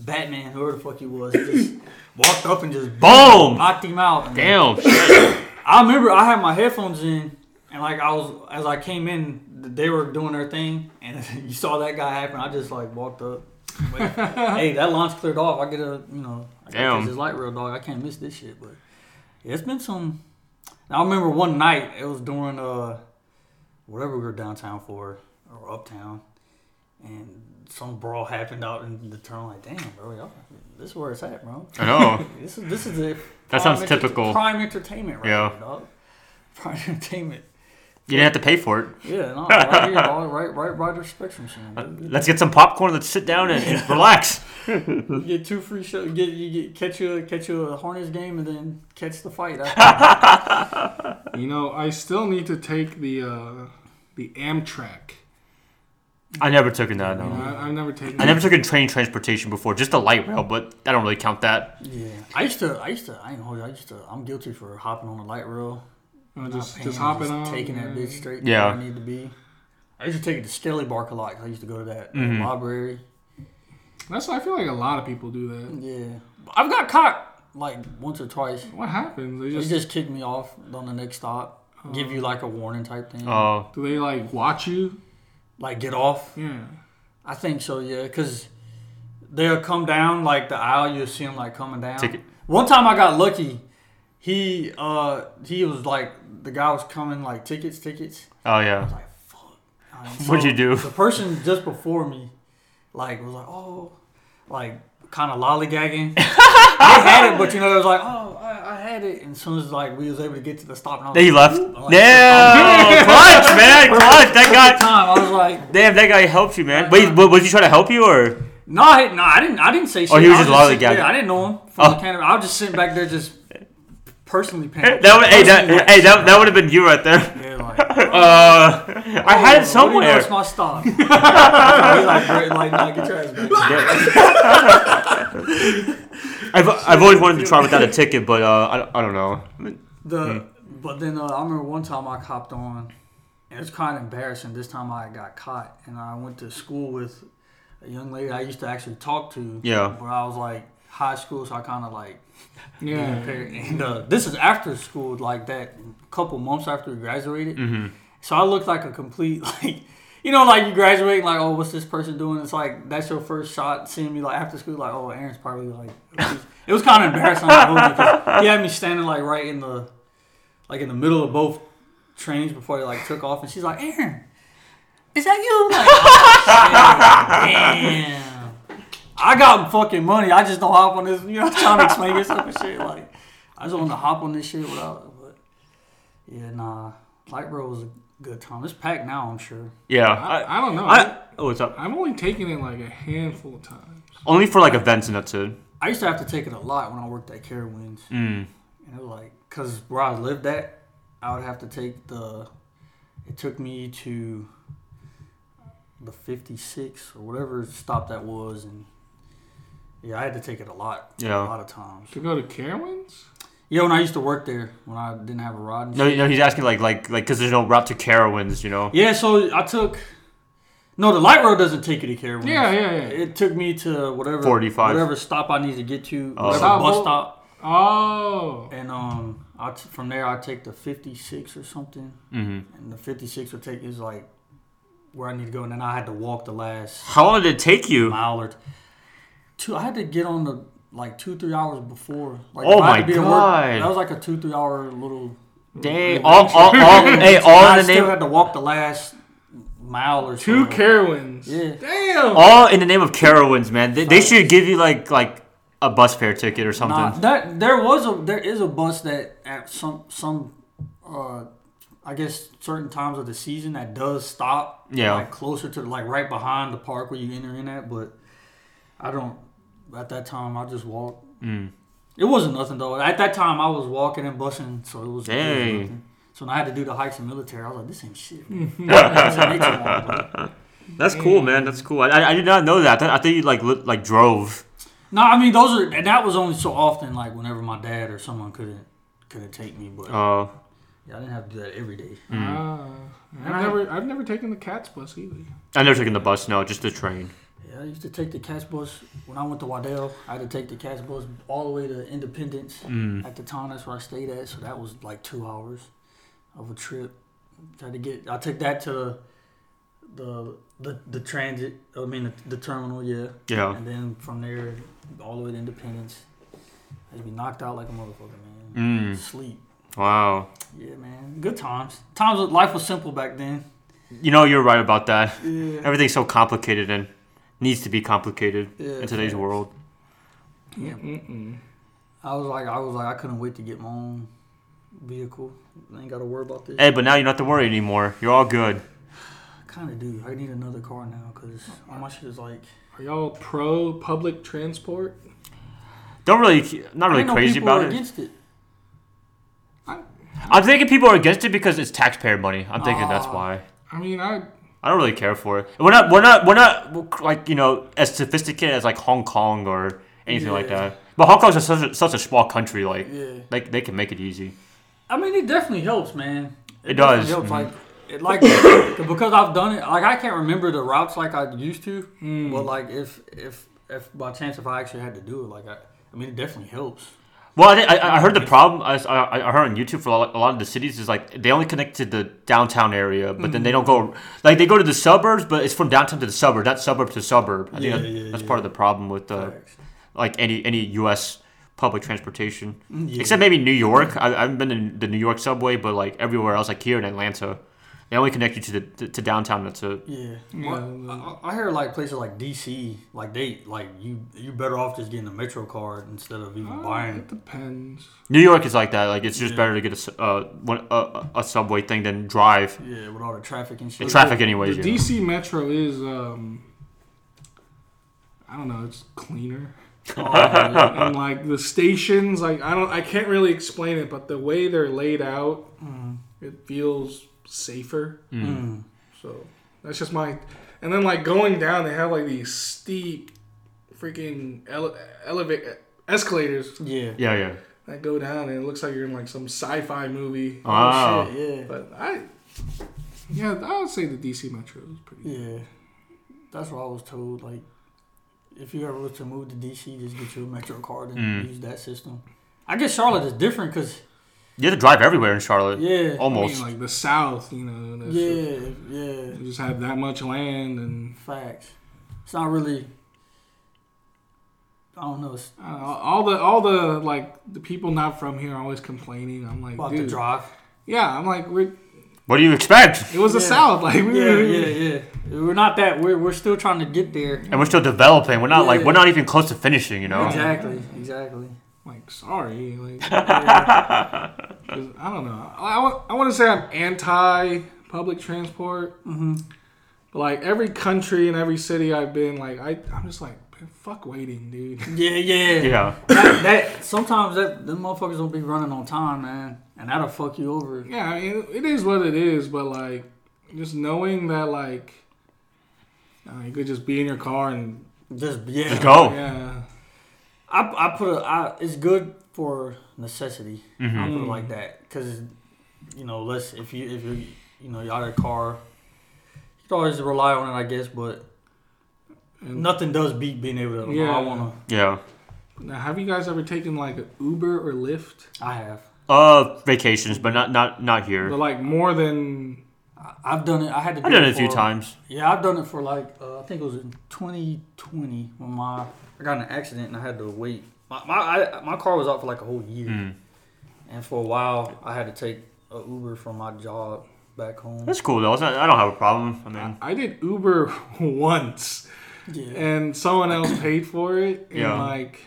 B: Batman, whoever the fuck he was, just walked up and just
A: Boom.
B: knocked him out. And
A: Damn.
B: I remember I had my headphones in, and like I was as I came in, they were doing their thing, and you saw that guy happen. I just like walked up. Wait, hey, that launch cleared off. I get a you know, I gotta
A: Damn.
B: catch this light real dog. I can't miss this shit. But yeah, it's been some. I remember one night it was during uh whatever we were downtown for or uptown, and some brawl happened out in the turn. Like, damn, bro, y'all, this is where it's at, bro.
A: I know.
B: This is this is it.
A: That sounds typical.
B: Prime entertainment, right?
A: Yeah.
B: Now, dog. Pride Entertainment.
A: You didn't have to pay for it. Uh,
B: Yeah, no, right here, dog. right, right, Roger Spectrum channel. dude.
A: Let's get some popcorn. Let's sit down and, and relax.
B: You get two free shows. Get you get catch you catch you a Hornets game and then catch the fight. after.
C: You know, I still need to take the uh, the Amtrak.
A: I never took it. No,
C: You know,
A: no.
C: I, I've never taken.
A: I never took a train transportation before, just the light rail, but I don't really count that.
B: yeah, I used to, I used to, I ain't hold you. I used to, I'm guilty for hopping on the light rail.
C: you know,
B: not
C: just
B: paying,
C: just hopping on,
B: Oh, taking
C: yeah.
B: that bitch straight
A: Yeah.
B: to where I need to be. I used to take it to Skelly Bark a lot 'cause I used to go to that uh,
A: Mhm.
B: library.
C: That's why I feel like a lot of people do that.
B: Yeah, I've got caught like once or twice.
C: What happens? They
B: They
C: just,
B: just kick me off on the next stop, give you like a warning type thing,
A: Oh,
C: do they like watch you?
B: like get off.
C: Yeah.
B: I think so, yeah, because they'll come down like the aisle. You'll see them like coming down.
A: Take it.
B: One time I got lucky. He uh he was like the guy was coming like tickets, tickets.
A: oh
B: I was
A: yeah.
B: like, fuck. And
A: What'd
B: so
A: you do?
B: The person just before me, like, was like, oh, like, kind of lollygagging. I had it, but you know, it was like, oh, I, I had it. And as soon as like we was able to get to the stop, and Oh, I was
A: Then he
B: like,
A: left.
B: "Ooh," I'm like,
A: Damn, clutch, man, clutch. That
B: Perfect
A: guy.
B: time. I was like,
A: Damn, that guy helped you, man. Wait, wa- was he trying to help you or?
B: no, I, no, I didn't, I didn't say. Shit.
A: Oh, he was
B: I
A: just
B: sitting-
A: lollygagging.
B: Yeah, I didn't know him from
A: Oh.
B: the canopy. I was just sitting back there, just personally
A: That
B: panicking.
A: would, hey, that,
B: Personally, like,
A: hey, that, that would have been you right there.
B: yeah, like,
A: Uh, I had
B: "Oh, what do you know,
A: it somewhere.
B: it's my stop. He's like, "Great, like, nah, get your ass back."
A: I've, I've always wanted to try without a ticket, but uh, I, don't- I don't know.
B: The
A: Hmm.
B: but then uh, I remember one time I copped on, and it's kind of embarrassing. This time I got caught, and I went to school with a young lady I used to actually talk to.
A: Yeah.
B: but I was like high school, so I kind of like
C: Yeah.
B: and uh, this is after school, like that couple months after we graduated. Mm-hmm. So I looked like a complete like. You know, like you graduate, like, oh, what's this person doing? It's like that's your first shot seeing me, like after school, like, oh, Aaron's probably like, it was kind of embarrassing. Like, oh, because he had me standing like right in the, like in the middle of both trains before they like took off, and she's like, Aaron, is that you? I'm like, oh, shit, damn. I got fucking money. I just don't hop on this. You know, trying to explain yourself and shit. Like, I just want to hop on this shit without. But yeah, nah. Light rail was a good time. It's packed now, I'm sure.
A: Yeah. I,
C: I, I don't know. I,
A: I, oh, what's up?
C: I've only taken it like a handful of times.
A: Only for like events and that's it.
B: I used to have to take it a lot when I worked at Carowinds,
A: Mm.
B: and it was like, cause where I lived at, I would have to take the. It took me to the 56 or whatever stop that was, and yeah, I had to take it a lot, a
A: Yeah.
B: lot of times.
C: To go to Carowinds?
B: Yeah, when I used to work there, when I didn't have a rod. And
A: No, no, he's asking like, like, like, because there's no route to Carowinds, you know.
B: Yeah, so I took. No, the light road doesn't take you to Carowinds.
C: Yeah, yeah, yeah.
B: It took me to whatever
A: 45.
B: whatever stop I need to get to,
A: Oh.
B: whatever
C: Stop,
B: bus
C: what-
B: stop,
C: Oh.
B: and um, I t- from there I take the fifty six or something,
A: hmm
B: and the fifty six would take is like where I need to go, and then I had to walk the last
A: How long did it take you?
B: mile or t- two. I had to get on the like two three hours before. Like,
A: Oh
B: if I had
A: my
B: to be
A: God.
B: at Work, that was like a two three hour little.
A: Dang, all, all, all, hey,
B: And
A: all
B: I
A: in the
B: still
A: name,
B: had to walk the last mile or
C: Two
B: so.
C: Carowinds.
B: Oh. Yeah.
C: Damn.
A: all in the name of Carowinds, man. They, they should give you like, like a bus fare ticket or something.
B: Nah, that there was a there is a bus that at some some uh I guess certain times of the season that does stop.
A: Yeah.
B: Like closer to like right behind the park where you enter in at, but I don't at that time I just walked.
A: Mm.
B: It wasn't nothing though. At that time I was walking and busing, so it was, it was
A: Dang.
B: nothing. So when I had to do the hikes in military, I was like, this ain't shit. man. This ain't too long, bro.
A: That's cool, man. That's cool. I, I, I did not know that. I, thought I thought you like, li- like drove.
B: No, I mean those are, and that was only so often, like whenever my dad or someone couldn't couldn't take me, but
A: Uh,
B: yeah, I didn't have to do that every day.
C: Ah.
A: Mm.
C: I've
B: I-
C: never, I've never taken the Cats bus either.
A: I never taken the bus. No, just the train.
B: Yeah, I used to take the cat's bus when I went to Waddell. I had to take the cat's bus all the way to Independence.
A: Mm.
B: At the time, that's where I stayed at, so that was like two hours of a trip. Tried to get, I took that to the the the, the transit. I mean, the, the terminal, yeah.
A: Yeah.
B: And then from there, all the way to Independence, I'd be knocked out like a motherfucker, man.
A: Mm.
B: Sleep.
A: Wow.
B: Yeah, man. Good times. Times of life was simple back then.
A: You know, you're right about that.
B: Yeah.
A: Everything's so complicated and needs to be complicated
B: Yeah.
A: in today's world.
B: Yeah.
C: Mm-mm.
B: I was like, I was like, I couldn't wait to get my own vehicle. I ain't got to worry about this.
A: Hey, but now you don't have to worry anymore. You're all good.
B: I kind of do. I need another car now because all my shit is like.
C: Are y'all pro public transport?
A: Don't really, not really
B: I didn't know
A: crazy
B: people were
A: about it.
B: Against it.
A: I'm thinking people are against it because it's taxpayer money. I'm thinking that's why.
C: I mean, I
A: I don't really care for it. We're not, we're not, we're not like you know as sophisticated as like Hong Kong or anything like
B: Yeah.
A: that. But Hong Kong's a, such a such a small country. Like,
B: Yeah.
A: like they can make it easy.
B: I mean, it definitely helps, man.
A: It
B: definitely
A: does, Mm-hmm.
B: Helps. Like, it, like because I've done it. Like, I can't remember the routes like I used to.
A: Mm.
B: But like, if if if by chance if I actually had to do it, like I, I mean, it definitely helps.
A: Well, I, thi- I, I heard the problem. I, s- I- I heard on YouTube for a lot, a lot of the cities is like they only connect to the downtown area, but then they don't
B: Mm.
A: go like they go to the suburbs, but it's from downtown to the suburb, not suburb to suburb. I think
B: Yeah,
A: that-
B: yeah,
A: that's part of the problem with the
B: Facts.
A: like any any U.S. public transportation,
B: Mm,
A: except maybe New York. I, I haven't been in the New York subway, but like everywhere else, like here in Atlanta, they only connect you to the to, to downtown. That's it.
B: Yeah.
C: Yeah,
B: Well, I, I hear like places like DC, like they like you you better off just getting a Metro card instead of
A: Oh,
B: even buying.
C: it depends.
A: New York is like that. Like it's just
B: Yeah.
A: better to get a s- uh, one, a, a subway thing than drive.
B: Yeah, with all the traffic and
A: The
B: shit.
A: traffic, anyways.
C: the
A: yeah.
C: DC Metro is um, I don't know, it's cleaner.
B: Oh, yeah.
C: and like the stations, like I don't, I can't really explain it, but the way they're laid out, it feels safer.
A: Hmm.
B: Mm.
C: So that's just my. And then like going down, they have like these steep, freaking ele- elevate escalators
B: Yeah.
A: Yeah, yeah.
C: that go down, and it looks like you're in like some sci-fi movie.
A: Wow.
B: Oh, shit,
C: But I, yeah, I would say the DC Metro is pretty.
B: yeah. Yeah. That's what I was told. Like, if you ever was to move to DC, just get you a Metro card and
A: Mm.
B: use that system. I guess Charlotte is different because
A: You have to drive everywhere in Charlotte.
B: yeah,
C: I mean,
A: Almost.
C: like the South, you know. That's
B: yeah, yeah.
C: You just have that much land, and
B: Facts. It's not really. I don't know. It's
C: uh, all the all the like the people not from here are always complaining. I'm like,
B: about the
C: dude,
B: drive.
C: yeah. I'm like, we're,
A: what do you expect?
C: it was the
B: Yeah.
C: South, like we
B: Yeah,
C: were,
B: yeah, yeah. We're not that. We're we're still trying to get there.
A: And we're still developing. We're not like
B: Yeah.
A: we're not even close to finishing. You know.
B: Exactly. Exactly.
C: like sorry, like
B: Yeah.
C: 'cause I don't know. I, wa- I want to say I'm anti public transport,
B: hmm
C: but like every country and every city I've been, like I I'm just like, man, fuck waiting, dude.
B: yeah, yeah.
A: Yeah.
B: That, that sometimes that them motherfuckers don't be running on time, man, and that'll fuck you over.
C: Yeah, I mean, it is what it is, but like, just knowing that, like, uh, you could just be in your car and
B: Just yeah.
A: Just go.
C: yeah,
B: I, I put a. I, it's good for necessity. I
A: hmm
B: put it like that because you know, let's if you if you you know you're out of the car, you can always rely on it, I guess. But
C: and
B: nothing does beat being able to. oh,
C: Yeah.
B: I wanna.
A: Yeah.
C: Now, have you guys ever taken like an Uber or Lyft?
B: I have.
A: Uh, vacations, but not not not here.
C: But like more than
B: I, I've done it. I had to.
A: I've
B: do
A: done it a few
B: for-
A: times.
B: Yeah, I've done it for like uh, I think it was in 2020 when my I got in an accident and I had to wait. My my, I, my car was out for like a whole year,
A: Mm.
B: and for a while I had to take a Uber from my job back home.
A: That's cool though. It's not, I don't have a problem. I mean,
C: I did Uber once,
B: Yeah,
C: and someone else paid for it, and
A: Yeah.
C: like.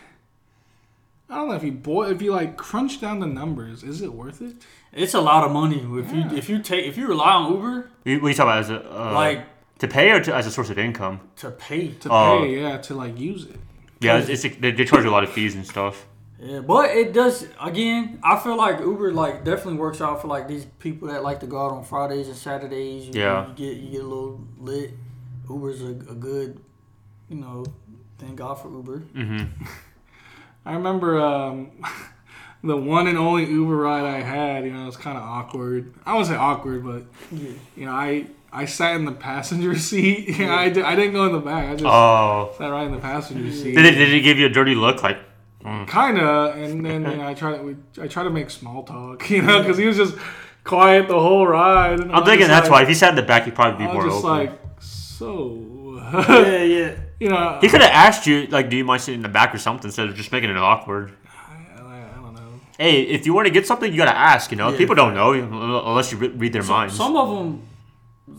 C: I don't know if you boil, if you like crunch down the numbers, is it worth it?
B: it's a lot of money if you if you take if you rely on Uber
A: you- what are you talking about as a uh,
B: like
A: to pay or to, as a source of income?
B: to pay.
C: To
A: Oh.
C: pay, yeah, to like use it.
A: Yeah, it's, it's they, they charge you a lot of fees and stuff.
B: Yeah, but it does again. I feel like Uber like definitely works out for like these people that like to go out on Fridays and Saturdays. You,
A: Yeah.
B: you get you get a little lit. Uber's a, a good, you know. Thank God for Uber.
A: Mm-hmm.
C: I remember um, the one and only Uber ride I had. You know, it was kind of awkward. I wouldn't say awkward, but
B: Yeah,
C: you know, I I sat in the passenger seat. You know, I, di- I didn't go in the back. I just
A: Oh,
C: sat right in the passenger seat.
A: did it, did it give you a dirty look? Like,
C: Kinda, and then you know, I try to we, I try to make small talk. You know, because he was just quiet the whole ride. And
A: I'm thinking that's why if he sat in the back, he'd probably
C: I
A: be
C: was
A: more
C: just
A: open.
C: like, so,
B: yeah, yeah.
C: you know,
A: he could have asked you like, do you mind sitting in the back or something instead of just making it awkward.
C: I, I, I don't know.
A: hey, if you want to get something, you gotta ask. You know,
B: Yeah.
A: people don't know you- unless you re- read their
B: So-
A: minds.
B: Some of them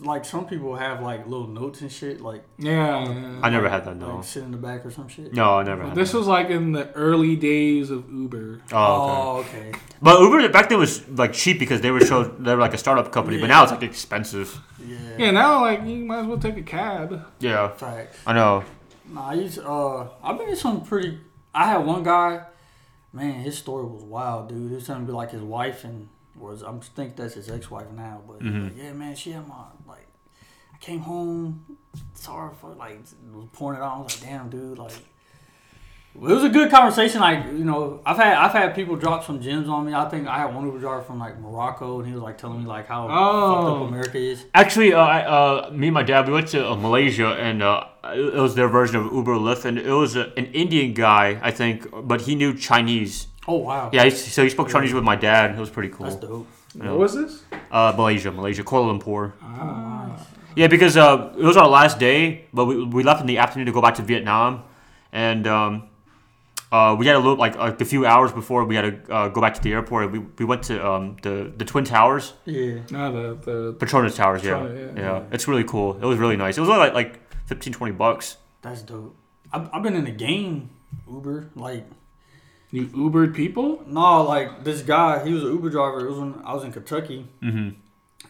B: like some people have like little notes and shit, like
C: Yeah. yeah.
A: I never had that. No,
B: like shit in the back or some shit.
A: no, I never.
C: But
A: Had
C: this
A: that.
C: was like in the early days of Uber.
A: Oh, okay.
B: Oh, okay.
A: But Uber back then was like cheap because they were so they were like a startup company, but now it's like expensive.
B: Yeah.
C: Yeah, now like you might as well take a cab.
A: Yeah,
B: Facts.
A: I know.
B: Nah, I used uh, I've been in some pretty. I had one guy, man, his story was wild, dude. It was something like his wife and was I think that's his ex-wife now, but like, yeah, man, she had my like. I came home, sorry for like was pouring it out. I was like, damn, dude, like. It was a good conversation. Like you know, I've had I've had people drop some gems on me. I think I had one Uber driver from like Morocco, and he was like telling me like how fucked
C: Oh.
B: up America is.
A: Actually, uh, I, uh, me and my dad we went to uh, Malaysia and uh, it was their version of Uber Lyft, and it was a, an Indian guy I think, but he knew Chinese.
B: Oh wow,
A: Yeah, he, so he spoke Chinese with my dad. It was pretty
B: that's
A: cool.
B: dope.
A: Yeah.
C: What was this?
A: Uh, Malaysia, Malaysia, Kuala Lumpur.
C: Ah.
A: Yeah, because uh, it was our last day, but we, we left in the afternoon to go back to Vietnam, and um, uh, we had a little like a, a few hours before we had to uh, go back to the airport. We, we went to um, the the twin towers,
B: Yeah,
C: No, the the
A: Petronas Towers. Yeah. yeah,
C: Petronas, yeah.
A: it's really cool. It was really nice. It was only like like 15, 20 bucks.
B: That's dope. I've, I've been in a game Uber. Like,
C: you Ubered people.
B: no, like this guy, he was an Uber driver. It was when I was in Kentucky.
A: Mhm.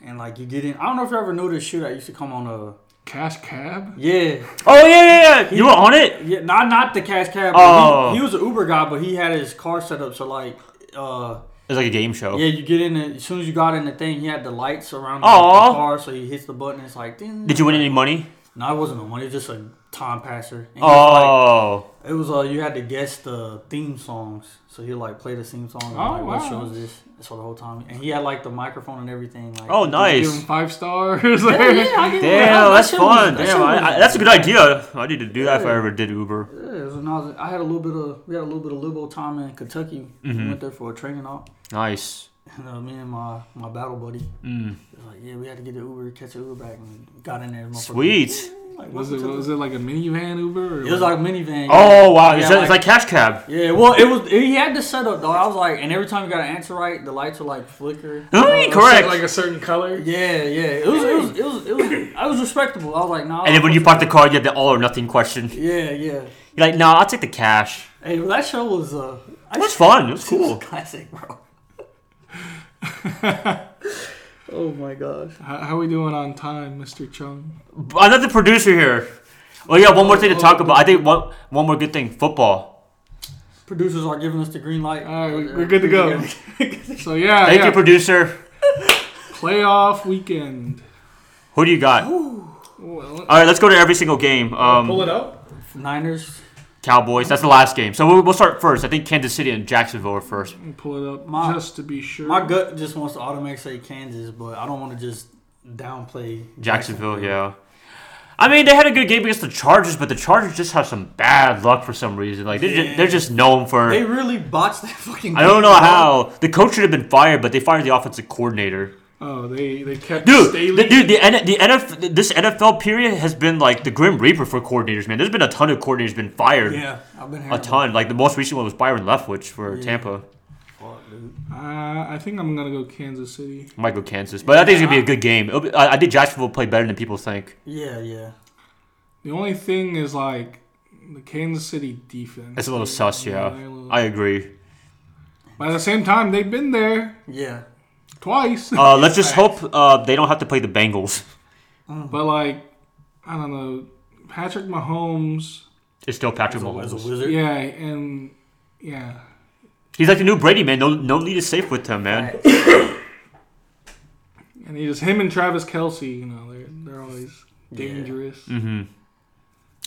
B: And like you get in, I don't know if you ever knew this shit. I used to come on a
C: Cash cab.
B: yeah,
A: Oh yeah, yeah, yeah. You were on it.
B: yeah, not not the cash cab. but
A: Oh.
B: He, he was an Uber guy, but he had his car set up so like, uh,
A: It's like a game show.
B: yeah, you get in. The, as soon as you got in the thing, he had the lights around the,
A: Aw.
B: the car, so you hits the button. It's like, ding.
A: Did you win any money?
B: No, it wasn't no money. It was just a time passer. And he was like-
A: Oh,
B: It was uh you had to guess the theme songs. So he like play the theme song. And,
C: Oh,
B: like, What
C: wow.
B: show is this? So the whole time, and he had like the microphone and everything. Like,
A: oh,
C: Give them
A: nice.
C: five stars.
B: Yeah, yeah, I get it. That-
A: Damn,
B: that
A: that's
B: shit was-
A: fun. Damn,
B: that shit
A: I, I,
B: was-
A: that's a good idea. I need to do that if I
B: Yeah.
A: ever did Uber.
B: Yeah, it was when I, was, I had a little bit of we had a little bit of liberal time in Kentucky.
A: Mm-hmm.
B: We went there for a training off,
A: Nice.
B: and uh, me and my my battle buddy
A: Mm.
B: it was like, yeah, we had to get the Uber, catch the Uber back, and got in there. motherfucker.
A: Sweet.
B: Like,
C: Was
B: welcome
C: it
B: to the-
C: was it like a minivan Uber? Or
B: It was like a minivan. yeah.
A: Oh wow,
B: Yeah,
A: it's, like, it's like cash cab.
B: Yeah, well, it was. He had this set up though. I was like, and every time you got an answer right, the lights would like flicker.
A: Ooh,
C: a
A: correct.
C: certain- like a certain color.
B: Yeah, yeah. It was, it was, it was, it was. I was respectable. I was like, nah.
A: and then when you park the car, you have the all or nothing question. You're
B: Yeah, yeah.
A: like, nah, I'll take the cash.
B: Hey, well, that show was uh, I
A: It was
B: just-
A: fun. It was
B: it was
A: cool.
B: classic, bro. oh my gosh.
C: How, how we doing on time, Mr. Chung?
A: Another producer here. Oh yeah, one more thing to talk about. I think one one more good thing. Football.
B: Producers are giving us the green light.
C: All right, we- we're good to go. So yeah,
A: Thank
C: yeah.
A: you, producer.
C: playoff weekend.
A: Who do you got? All
C: Well,
A: right, let's go to every single game.
C: pull
A: Um,
C: it up.
B: Niners.
A: Cowboys. That's the last game. So we'll, we'll start first. I think Kansas City and Jacksonville are first.
C: Let me Pull it up
B: My-
C: just to be sure.
B: My gut just wants to automatically say Kansas, but I don't want to just downplay
A: Jacksonville. Yeah. I mean, they had a good game against the Chargers, but the Chargers just have some bad luck for some reason. Like they're,
B: Yeah.
A: just, they're just known for.
B: They really botched that fucking.
A: I don't
B: game,
A: know
B: bro.
A: how the coach should have been fired, but they fired the offensive coordinator.
C: Oh, they they kept
A: Dude,
C: Staley.
A: the, dude, the, N- the NFL, this NFL period has been like the grim reaper for coordinators, man. There's been a ton of coordinators been fired,
B: Yeah, I've been hearing
A: a ton. Like the most recent one was Byron Leftwich for
B: Yeah.
A: Tampa,
B: about it, dude.
C: uh, I think I'm gonna go Kansas City.
A: I might go Kansas, but I think it's gonna be a good game. It'll Be, I, I think Jacksonville will play better than people think,
B: Yeah, yeah.
C: The only thing is like the Kansas City defense.
A: It's a little sus, yeah.
C: they're a little-
A: I agree.
C: But at the same time, they've been there
B: Yeah.
C: twice.
A: Uh, let's just hope uh, they don't have to play the Bengals.
C: but like, I don't know, Patrick Mahomes.
A: It's still Patrick
B: As a
A: Mahomes.
B: wizard.
C: Yeah, and yeah,
A: He's like the new Brady, man. No, no lead is safe with him, man.
C: and he just him and Travis Kelsey. You know, they're they're always
B: Yeah.
C: dangerous.
A: Mm-hmm.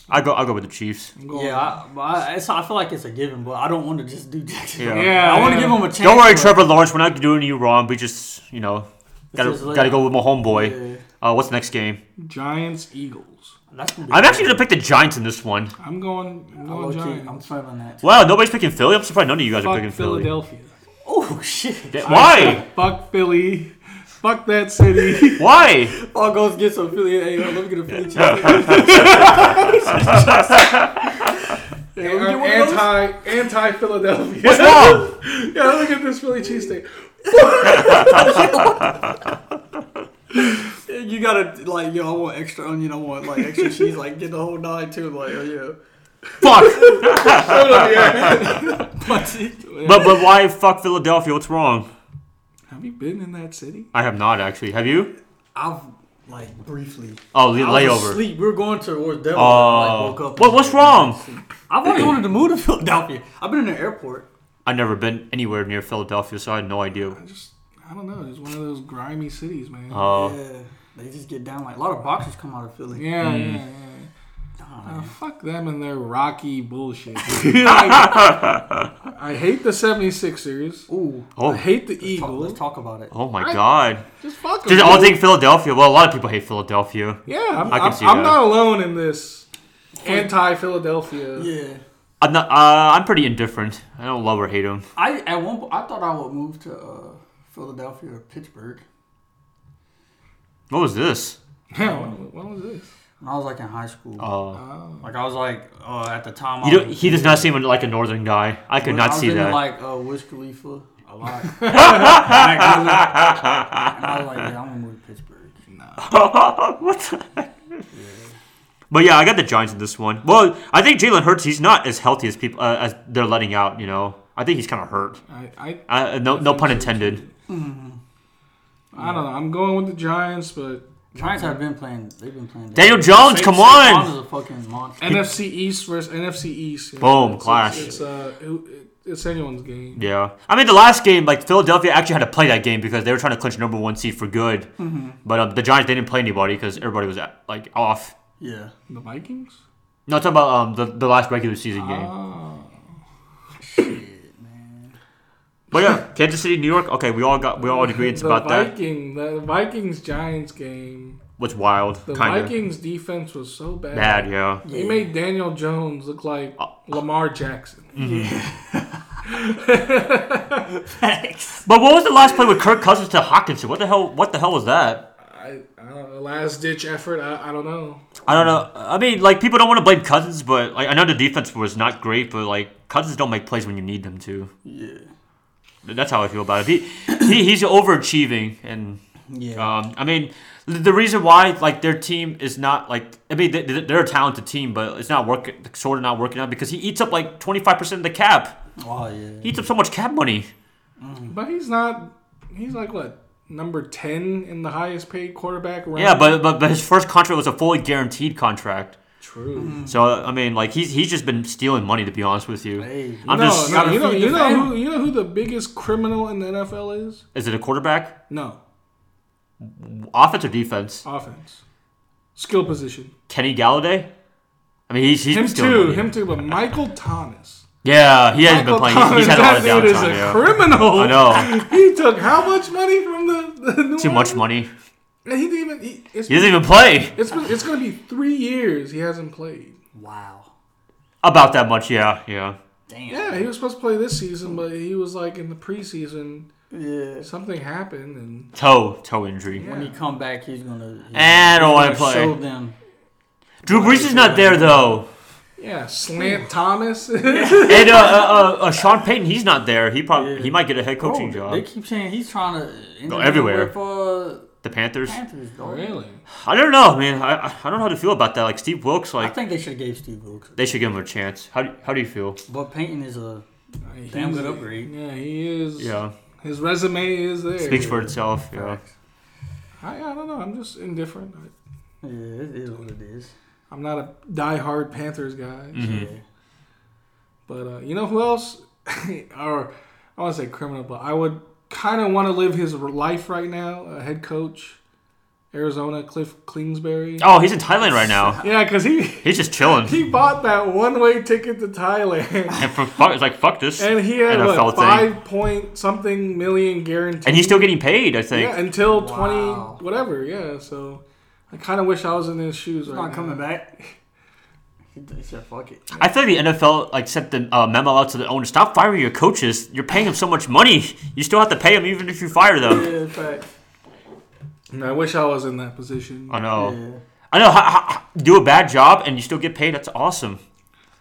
A: I go, I go with the Chiefs.
C: I'm going-
B: Yeah, I, but I, it's, I feel like it's a given, but I don't want to just do Jacksonville.
A: Yeah.
C: Yeah,
B: I want to
C: yeah.
B: give them a chance.
A: Don't worry,
B: but
A: Trevor Lawrence. We're not doing you wrong. We just, you know,
B: it's
A: gotta
B: just like-
A: gotta go with my homeboy.
B: Yeah.
A: Uh, what's the next game?
C: Giants Eagles.
B: That's gonna be
A: I'm
B: good.
A: actually gonna pick the Giants in this one.
C: I'm going. I'm
B: I'm
C: going
B: low-key-
C: Giants.
B: I'm feeling that.
A: Wow, nobody's picking Philly. I'm surprised none of you guys are
C: Fuck
A: picking Philly.
C: Philadelphia.
B: Oh shit!
A: Da- Why?
C: Fuck Philly. Fuck that city.
A: Why?
B: All goes get some Philly. Hey, let me get a Philly check.
C: They
B: we
C: are
B: get one of those?
C: anti anti Philadelphia.
A: What's wrong?
C: yeah, look at this Philly cheesesteak.
B: you gotta like yo, I want extra onion, I want like extra cheese, like get the whole nine too, like oh yeah.
A: Fuck.
B: But
A: but but why fuck Philadelphia? What's wrong?
C: Have you been in that city?
A: I have not actually. Have you?
B: I've like briefly
A: Oh, la-
B: I was
A: layover.
B: asleep. We were going towards Denver. I,
A: Oh.
B: like, woke up
A: What-
B: and-
A: what's wrong?
B: I've always wanted to move to Philadelphia. I've been in the airport.
A: I've never been anywhere near Philadelphia, so I had no idea.
C: I just, I don't know. It's one of those grimy cities, man.
A: Oh.
B: Yeah, they just get down like a lot of boxers come out of Philly.
C: yeah,
A: Hmm.
C: yeah, yeah.
B: Nah,
C: Uh, fuck them and their rocky bullshit. I, I hate the 76ers.
B: Ooh,
C: I
A: Oh.
C: hate the
B: talk, let's
C: Eagles.
B: talk about it.
A: Oh my
C: I-
A: god.
C: Just fuck them.
A: Just all think Philadelphia. Well, a lot of people hate Philadelphia.
C: Yeah, I'm,
A: I
C: I
A: can
C: am
A: see
C: I'm
A: that.
C: not alone in this
A: Oh.
C: anti-Philadelphia.
B: Yeah,
A: I'm not. Uh, I'm pretty indifferent. I don't love or hate them.
B: I at one point I thought I would move to uh, Philadelphia or Pittsburgh
A: What was this?
C: Yeah, what, what was this?
B: when I was like in high school.
A: Oh.
B: Like I was like uh, at the time. I
A: You don't,
B: was-
A: he does not seem like a northern guy. I could
B: I
A: not
B: was
A: see
B: into,
A: that.
B: Like uh, Wiz Khalifa a lot. Like, really. and I was like, yeah, I'm gonna move to Pittsburgh.
A: what the heck? But yeah, I got the Giants in this one. Well, I think Jalen Hurts. He's not as healthy as people uh, as they're letting out. You know, I think he's kind of hurt.
C: I, I,
A: Uh, no, no pun intended.
C: I don't know. I'm going with the Giants, but
B: Giants have been playing. They've been playing.
A: Daniel Jones, come on!
B: Jones is a fucking monster.
C: NFC East versus NFC East. you know,
A: Boom,
C: it's-
A: clash.
C: It's, it's, uh, it- it- it's anyone's game.
A: Yeah, I mean the last game, like Philadelphia actually had to play that game because they were trying to clinch number one seed for good.
C: Mm-hmm.
A: But um, the Giants they didn't play anybody because everybody was uh, like off.
B: Yeah.
C: The Vikings.
A: No, I'm talking about um, the, the last regular season game.
C: Oh.
A: But yeah, Kansas City, New York. Okay, we all got we all agree it's
C: the
A: about that.
C: Viking, The Vikings Giants game.
A: What's wild,
C: The
A: kind of
C: Vikings defense was so bad.
A: bad. Uh, Yeah,
C: They made Daniel Jones look like Lamar Jackson.
A: mm-hmm. but what was the last play with Kirk Cousins to Hawkinson? What the hell? What the hell was that?
C: I, I don't know. Last ditch effort. I, I don't know.
A: I don't know. I mean, like people don't want to blame Cousins, but like I know the defense was not great, but like Cousins don't make plays when you need them to.
B: Yeah.
A: That's how I feel about it. He, he he's overachieving, and
B: Yeah.
A: um, I mean th- the reason why like their team is not like I mean they, they- they're a talented team, but it's not working. Sort of not working out because he eats up like twenty five percent of the cap.
B: oh yeah.
A: He eats up so much cap money.
C: But he's not. He's like what number ten in the highest paid quarterback. Round?
A: Yeah, but, but but his first contract was a fully guaranteed contract.
C: true.
A: So I mean, like he's he's just been stealing money to be honest with you.
B: Hey.
A: I'm
C: no,
A: just
C: no, you know,
B: feed
C: you
B: the
C: know
B: fam.
C: who you know who the biggest criminal in the NFL is?
A: is it a quarterback,
C: No,
A: offense or defense?
C: offense, skill position.
A: Kenny Galladay. I mean, he's he's
C: Him
A: been stealing
C: too,
A: money.
C: him too. But Michael Thomas.
A: Yeah, he hasn't
C: Michael
A: been playing. He's, he's had a lot of
C: that dude is
A: downtime.
C: a
A: Yeah.
C: criminal.
A: I know.
C: He took how much money from the, the New
A: Too much
C: Orleans?
A: money.
C: And he didn't even. He, it's,
A: He doesn't even play
C: it's been- it's gonna be three years he hasn't played.
B: Wow.
A: about that much. Yeah, yeah.
B: Damn.
C: Yeah, he was supposed to play this season, but he was like in the preseason.
B: Yeah.
C: Something happened, and
A: Toe toe injury.
B: When he come back, he's gonna. He's
A: And I don't want to play.
B: Show them.
A: Drew Brees is not there though,
C: yeah, Slant Thomas.
A: and uh, uh, uh, uh, Sean Payton he's not there. He probably
B: Yeah. Oh,
A: he might get a head coaching
B: Bro,
A: job.
B: They keep saying he's trying to
A: Go everywhere.
B: for
A: the Panthers.
B: uh, Panthers. Dog.
C: really?
A: I don't know, man. I I- I don't know how to feel about that. Like Steve Wilkes,
B: I
A: like
B: think they should have gave Steve Wilkes,
A: they should give him a chance. How do, how do you feel?
B: but Payton is a
C: He's-
B: good upgrade.
C: Yeah, he is.
A: Yeah,
C: His resume is there.
A: speaks for itself. Yeah,
C: I, I don't know. I'm just indifferent. I,
B: yeah. It is what it is.
C: I'm not a diehard Panthers guy.
A: Mhm.
B: Yeah.
C: But uh, you know who else? or I want to say criminal, but I would kind of want to live his life right now. Uh, head coach, Arizona, Cliff Kingsbury.
A: Oh, he's in Thailand right now.
C: Yeah, because he
A: He's just chilling.
C: he bought that one way ticket to Thailand,
A: And for fuck, it's like fuck this. And,
C: and he had
A: NFL
C: what
A: thing.
C: five point something million guaranteed.
A: he's still getting paid. I think.
C: yeah until
B: Wow.
C: twenty whatever. Yeah, so. I kind of wish I was in his shoes right
B: He's not
C: now.
B: coming back. He he said, "Fuck it."
A: I feel like the NFL like sent the uh, memo out to the owners: stop firing your coaches. You're paying them so much money. You still have to pay them even if you fire them.
B: Yeah, fact.
C: And I wish I was in that position.
A: I know.
B: Yeah.
A: I know. Ha, ha, ha- do a bad job and you still get paid. That's awesome.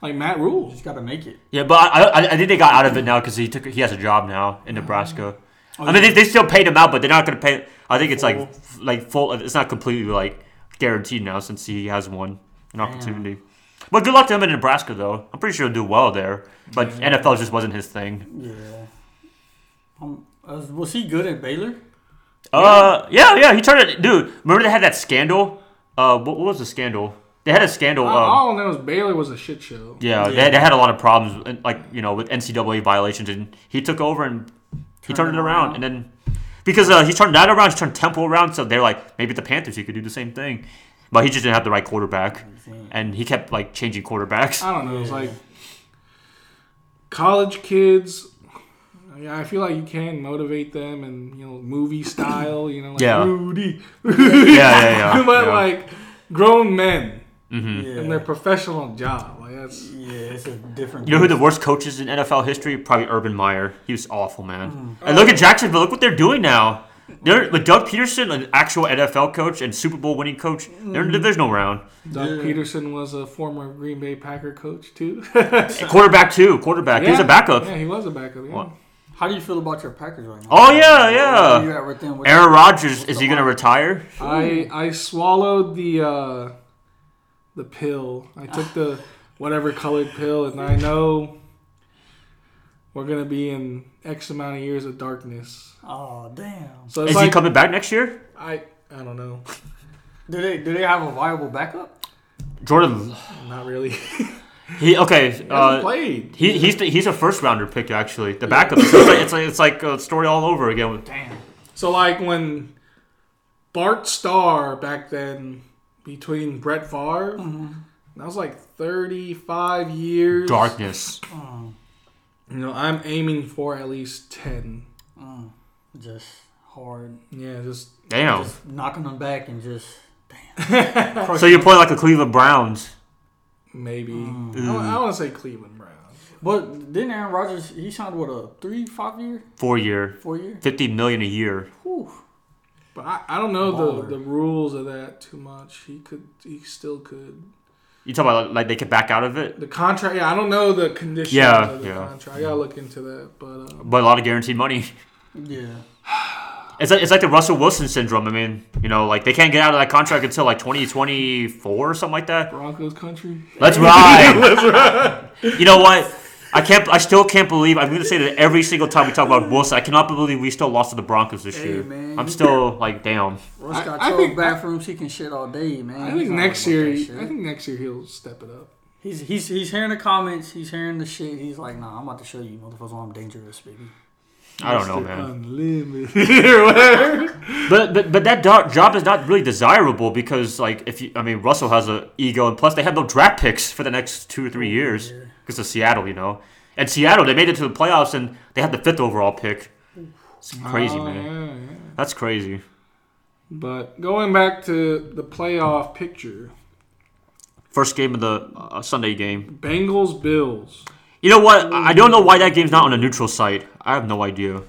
C: Like Matt Rule.
B: Just gotta make it.
A: Oh, Yeah, but I, I, I think they got out of it now because he took he has a job now in Nebraska. I mean, they, they still paid him out, but they're not going to pay. I think it's like f- like full. It's not completely like guaranteed now since he has one an opportunity. But good luck to him in Nebraska, though. I'm pretty sure he'll do well there. But NFL just wasn't his thing.
B: Yeah. Um, uh, was he good at Baylor?
A: Uh, yeah, yeah. He turned it, dude. Remember they had that scandal. Uh, what, what was the scandal? They had a scandal.
C: All-
A: Um,
C: all I know is Baylor was a shit show.
A: yeah,
B: Yeah.
A: They, they had a lot of problems, and, like you know, with NCAA violations, and he took over and he turned,
B: Turned it
A: it around,
B: around.
A: and then because uh, he turned that around, he turned Temple around, so they're like maybe the Panthers he could do the same thing, but he just didn't have the right quarterback, and he kept like changing quarterbacks.
C: I don't know. It's like college kids. Yeah, I feel like you can motivate them, and you know, movie style. You know, like
A: Yeah.
C: Rudy.
A: Yeah, yeah, yeah,
C: but
A: yeah.
C: like grown men
B: Yeah.
C: in their professional job. Like that's
B: yeah, it's a different.
A: You know who the worst coach is in NFL history? Probably Urban Meyer. He was awful, man. And look at Jacksonville. Look what they're doing now. They're with Doug Peterson, an actual NFL coach and Super Bowl winning coach. They're in the divisional round.
C: Doug
B: Yeah.
C: Peterson was a former Green Bay Packer coach too.
A: And quarterback too. Quarterback. He's a
C: Yeah.
A: backup.
C: Yeah, he was a backup. Yeah.
A: What?
B: How do you feel about your Packers right now?
A: Oh yeah, yeah.
B: Where you at with them? What-
A: Aaron Rodgers is he going to retire?
C: I I swallowed the uh, the pill. I took the whatever colored pill, and I know we're gonna be in X amount of years of darkness.
B: Oh damn!
C: So it's
A: Is
C: like
A: he coming back next year?
C: I I don't know.
B: Do they do they have a viable backup?
A: Jordan.
C: Not really. He
A: He okay.
C: hasn't
A: Uh,
C: played.
A: he, he's the, he's a first rounder pick actually. The backup. So it's like it's like, it's like a story all over again. With,
B: Damn.
C: So like when Bart Starr back then between Brett Favre, that was like thirty five years.
A: darkness.
C: You know, I'm aiming for at least ten.
B: Just hard.
C: Yeah, just
A: Damn.
B: Just knocking them back and just
A: So you're playing like the Cleveland Browns.
C: Maybe.
B: Mm.
C: I,
A: Mm.
C: want to say Cleveland Browns.
B: But didn't Aaron Rodgers he signed what a three, five year,
A: four year,
B: four year?
A: fifty million a year.
B: Whew.
C: But I, I don't know
B: Baller.
C: the, the rules of that too much. He could, he still could.
A: You talk about like they could back out of it,
C: The contract, yeah, I don't know the conditions
A: Yeah,
C: of the
A: yeah.
C: contract. I gotta look into that. But um,
A: but a lot of guaranteed money.
B: Yeah.
A: It's like, it's like the Russell Wilson syndrome. I mean, you know, like they can't get out of that contract until like twenty twenty four or something like that.
C: Broncos country.
A: Let's ride. You know what? I can't. I still can't believe. I'm going to say that every single time we talk about Wilson, I cannot believe we still lost to the Broncos this
B: Hey,
A: year.
B: man,
A: I'm
B: you-
A: still like, damn.
B: Russ
C: I-
B: got
C: I
B: 12
C: think-
B: bathrooms. He can shit all day, man.
C: I
B: He's
C: think
B: not
C: next
B: worried about
C: year. I
B: that shit.
C: think next year he'll step it up.
B: He's he's he's hearing the comments. He's hearing the shit. He's like, nah, I'm about to show you, motherfuckers, why I'm dangerous, baby.
A: I don't know,
C: Mr.
A: man.
C: Unlimited. or whatever.
A: But but but that do- job is not really desirable because like if you, I mean, Russell has an ego, and plus they have no draft picks for the next two or
C: Oh,
A: three years because of Seattle, you know. And Seattle, they made it to the playoffs, and they had the fifth overall pick. It's crazy,
C: Oh,
A: man.
C: yeah, yeah.
A: That's crazy.
C: But going back to the playoff picture,
A: First game of the uh, Sunday game.
C: Bengals Bills.
A: You know what? I I don't know why that game's not on a neutral site. I have no idea.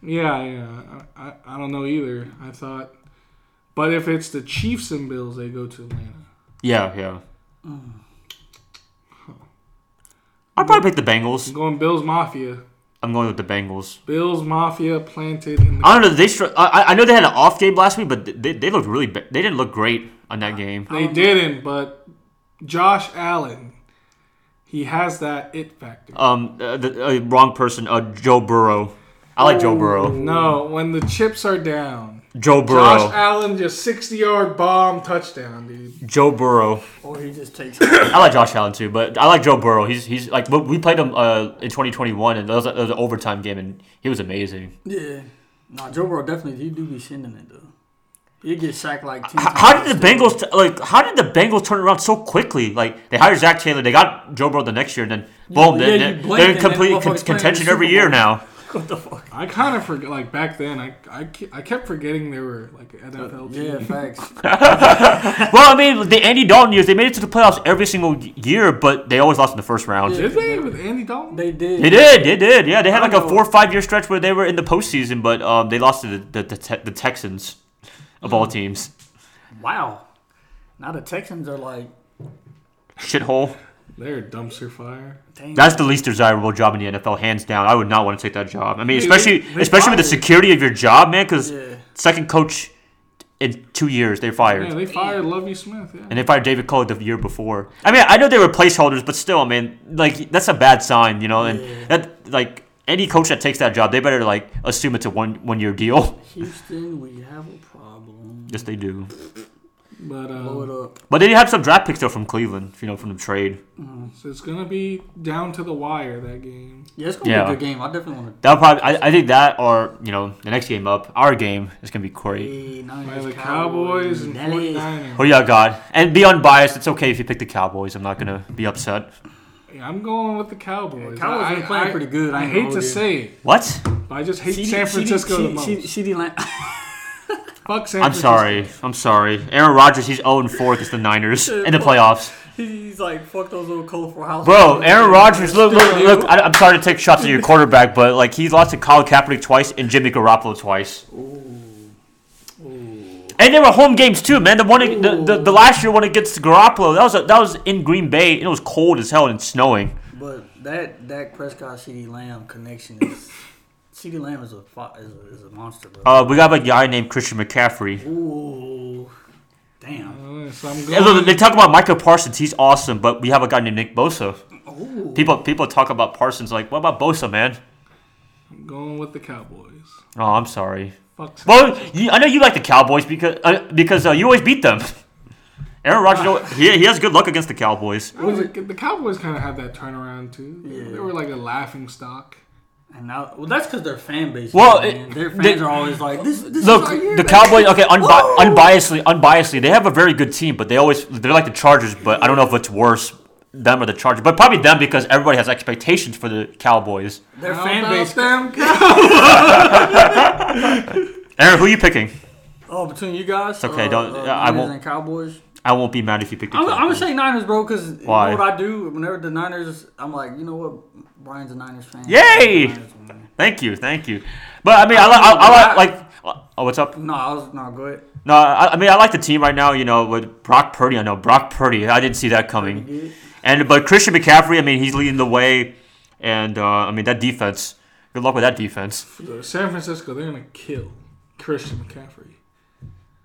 C: Yeah, yeah. I, I, I don't know either. I thought, but if it's the Chiefs and Bills, they go to Atlanta.
A: Yeah, yeah. I'd probably pick the Bengals.
C: I'm going Bills Mafia.
A: I'm going with the Bengals.
C: Bills Mafia planted in the.
A: I don't know. They str- I, I- I know they had an off game last week, but they, they looked really. Ba- they didn't look great on that game.
C: They didn't, but Josh Allen, he has that it factor.
A: Um, uh, the uh, wrong person. Uh, Joe Burrow. I like Joe Burrow.
C: No, when the chips are down,
A: Joe
C: Josh
A: Burrow.
C: Allen just sixty-yard bomb touchdown, dude.
A: Joe Burrow.
B: Or he just takes.
A: I like Josh Allen too, but I like Joe Burrow. He's he's like we- we played him uh, in 2021, and that was, that was an overtime game, and he was amazing.
B: yeah. Nah, Joe Burrow definitely he do be sending it though. He get sacked like ten.
A: H- how did
B: times
A: the
B: still.
A: Bengals t- like? How did the Bengals turn around so quickly? Like they hired Zach Taylor, they got Joe Burrow the next year, and then boom,
B: yeah,
A: they,
B: you
A: they-
B: blink
A: they're
B: and
A: in
B: that
A: complete
B: motherfucker's
A: con-
B: playing in
A: contention
B: the
A: every
B: Super
A: year
B: Bowl.
A: now.
C: I kind of forget. Like back then, I I, ke- I kept forgetting they were like an NFL team.
B: Yeah, facts.
A: well, I mean, the Andy Dalton years, they made it to the playoffs every single y- year, but they always lost in the first round.
B: Yeah.
C: Did they with Andy Dalton?
B: They did.
A: They did, they did, yeah. They had like
B: know.
A: a four or five year stretch where they were in the postseason, but um, they lost to the the, the, te- the Texans of
B: Mm.
A: all teams.
B: Wow. Now the Texans are like
A: Shithole.
C: They're a dumpster fire.
B: Dang.
A: That's the least desirable job in the NFL, hands down. I would not want to take that job. I mean,
C: Dude,
A: especially
C: they- they
A: especially with the
C: fired.
A: security of your job, man. Because
B: Yeah.
A: second coach in two years, they fired,
C: Yeah, they fired Lovey Smith. Yeah.
A: and they fired David Cole the year before. I mean, I know they were placeholders, but still, I mean, like that's a bad sign, you know. And that like any coach that takes that job, they better like assume it's a one one year deal.
B: Houston, we have a problem.
A: yes, they do.
C: But
B: Blow
C: uh,
B: it up.
A: But they did have some draft picks though from Cleveland, you know, from the trade.
C: so it's gonna be down to the wire that game.
B: Mm. Yeah, it's gonna
A: Yeah.
B: be a good game. I definitely want
A: That probably, I, I think that or you know, the next game up, our game is gonna be
B: to.
A: great.
B: Hey,
C: By
B: Niners,
C: the Cowboys and
B: That is-
C: 49ers.
A: Who y'all got? And be unbiased. It's okay if you pick the Cowboys. I'm not gonna be upset.
C: Yeah, I'm going with the Cowboys.
B: Cowboys
C: I,
B: been playing
C: I-
B: pretty good, I
C: I,
B: ain't
C: hate
B: gonna
C: to
B: hold you.
C: say it,
A: What?
C: but I just hate
B: CD
C: San Francisco
B: CD,
C: the most.
B: CD, CD Lamb.
C: Fuck San
A: I'm
C: Francisco.
A: sorry. I'm sorry. Aaron Rodgers. He's 0 4 against the Niners in the playoffs.
B: He's like, fuck those little colorful houses.
A: Bro, Aaron Rodgers. Look, look, look. I, I'm sorry to take shots at your quarterback, but like he's lost to Colin Kaepernick twice and Jimmy Garoppolo twice. And they were home games too, man. The one, the, the, the last year one against Garoppolo, that was a, that was in Green Bay, and it was cold as hell and snowing.
B: But that that Prescott CD Lamb connection is CD Lamb is a fi- is a, is a monster, bro.
A: Uh, we got a guy named Christian McCaffrey.
B: Ooh, damn.
C: Uh, so I'm
A: Yeah, look,
C: going.
A: they talk about Michael Parsons. He's awesome, but we have a guy named Nick Bosa.
B: Ooh,
A: People people talk about Parsons like, what about Bosa, man?
C: I'm going with the Cowboys.
A: Oh, I'm sorry.
C: Fuck. San-
A: Well, you, I know you like the Cowboys because uh, because uh, you always beat them. Aaron Rodgers, don't- he, he has good luck against the Cowboys.
C: I was- the Cowboys kind of had that turnaround too. They-
B: Yeah.
C: They were like a laughing stock.
B: and now well, that's because their fan base.
A: Well,
B: man.
A: it-
B: their
A: they-
B: fans are always like, this. this
A: Look,
B: is our year,
A: the
B: man.
A: Cowboys. Okay, unbi- unbiasedly, unbiasedly, they have a very good team, but they always they're like the Chargers. But I don't know if it's worse them or the Chargers, but probably them because everybody has expectations for the Cowboys.
B: Their
C: How
B: fan
C: about
B: base.
C: them
A: Aaron, who are you picking?
B: Oh, between you guys. It's
A: okay,
B: Uh,
A: don't-
B: uh,
A: I
B: Niners
A: won't-
B: And Cowboys.
A: I won't be mad if you pick the
B: I'm,
A: Cowboys.
B: I'm gonna say Niners, bro, because you know
A: Why?
B: what I do whenever the Niners. I'm like, you know what, Brian's a Niners fan.
A: Yay!
B: Niners, man.
A: Thank you, thank you. But I mean, I, li- I, I, li- like. Oh, what's up?
B: No, I was no go ahead.
A: No, I, I mean, I like the team right now. You know, with Brock Purdy. I know Brock Purdy. I didn't see that coming.
B: Good.
A: And but Christian McCaffrey. I mean, he's leading the way. And uh, I mean, that defense. Good luck with that defense.
C: The San Francisco, they're gonna kill Christian McCaffrey.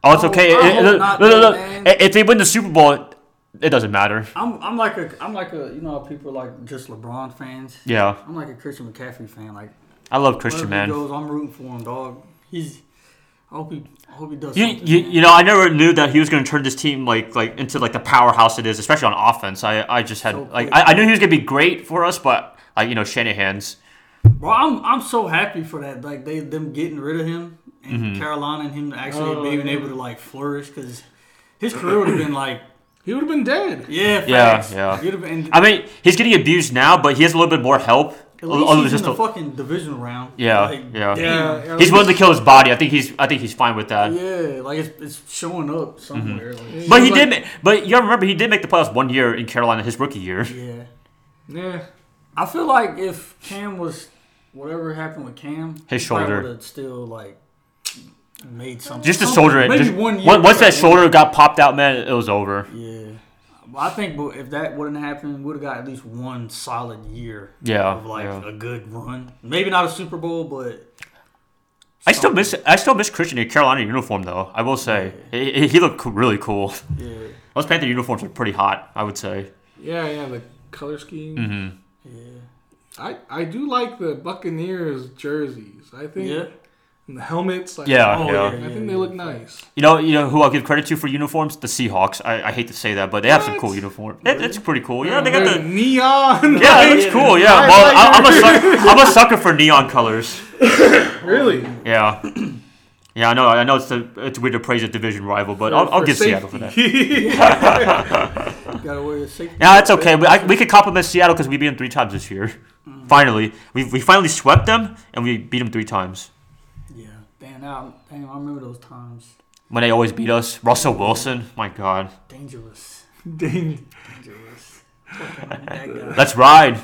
A: Oh, it's okay.
B: I
A: It- it-
B: hope
A: look,
B: not,
A: look,
B: though,
A: look.
B: man.
A: I- If they win the Super Bowl, it- it doesn't matter.
B: I'm I'm like a I'm like a you know how people are like just LeBron fans.
A: Yeah,
B: I'm like a Christian McCaffrey fan. Like
A: I love
B: wherever
A: Christian,
B: he
A: man.
B: goes, I'm rooting for him, dog. He's I hope he I hope he does.
A: You,
B: something,
A: you,
B: man.
A: you know, I never knew that he was going to turn this team like like into like the powerhouse it is, especially on offense. I, I just had
B: So
A: like
B: quick.
A: I, I knew he was going to be great for us, but like you know Shanahan's.
B: bro, I'm I'm so happy for that. Like they them getting rid of him and
A: Mm-hmm.
B: Carolina and him actually
C: Oh,
B: being
C: yeah.
B: able to like flourish because his career would have been like
C: He would have been dead.
B: yeah
A: Yeah,
B: facts.
A: yeah.
B: You'd have been.
A: I mean, he's getting abused now, but he has a little bit more help.
B: At
A: Other than
B: least he's in
A: just
B: the
A: a-
B: fucking divisional round.
A: Yeah,
B: Like,
A: yeah.
B: damn.
C: Yeah,
A: he's willing to kill his body. I think he's I think he's fine with that.
B: Yeah, like it's, it's showing up somewhere. Like,
A: But he
C: He's
A: did.
C: like-
A: ma- But you gotta remember, he did make the playoffs one year in Carolina, his rookie year.
B: yeah,
C: Yeah.
B: I feel like if Cam was whatever happened with Cam,
A: His
B: he probably
A: shoulder.
B: would've still like made something.
A: Just the
B: something.
A: shoulder.
B: Oh, Maybe
A: just-
B: one year.
A: on- Once that
B: like,
A: shoulder got popped out, man, it was over.
B: Yeah, But I think but if that wouldn't happen, would have got at least one solid year
A: Yeah,
B: of like
A: Oh, yeah.
B: a good run. Maybe not a Super Bowl, but
A: I still miss. I still miss Christian in Carolina uniform though. I will say he, he- he looked co- really cool.
B: yeah,
A: Those Panther uniforms are pretty hot. I would say.
C: Yeah, yeah, the color scheme.
A: Mm-hmm.
B: yeah,
C: I, I do like the Buccaneers jerseys. I think
B: yeah.
C: and the helmets. Like,
A: Yeah,
B: Oh,
A: yeah.
B: yeah.
C: I think they look nice.
A: You know, you know who I'll give credit to for uniforms? The Seahawks. I, I hate to say that, but they have some
C: What?
A: cool uniforms. It, it's pretty cool. Yeah, they got
C: They're
A: the.
C: neon.
A: Yeah, it looks cool. Yeah,
C: Fire
A: well, I, I'm a
C: fighter.
A: sucker, I'm a sucker for neon colors.
C: really.
A: Yeah, yeah. I know. I know it's the, it's weird to praise a division rival, but I'll, I'll give Seattle for that.
B: Gotta wear a safety.
A: Yeah, it's okay. We, I, we could compliment Seattle because we beat them three times this year. Finally, we, we finally swept them and we beat them three times.
B: Yeah, damn, I, damn, I remember those times.
A: When they always beat us, Russell Wilson. My God,
B: Dangerous.
C: Dang.
B: Dangerous. Fucking that guy.
A: let's ride.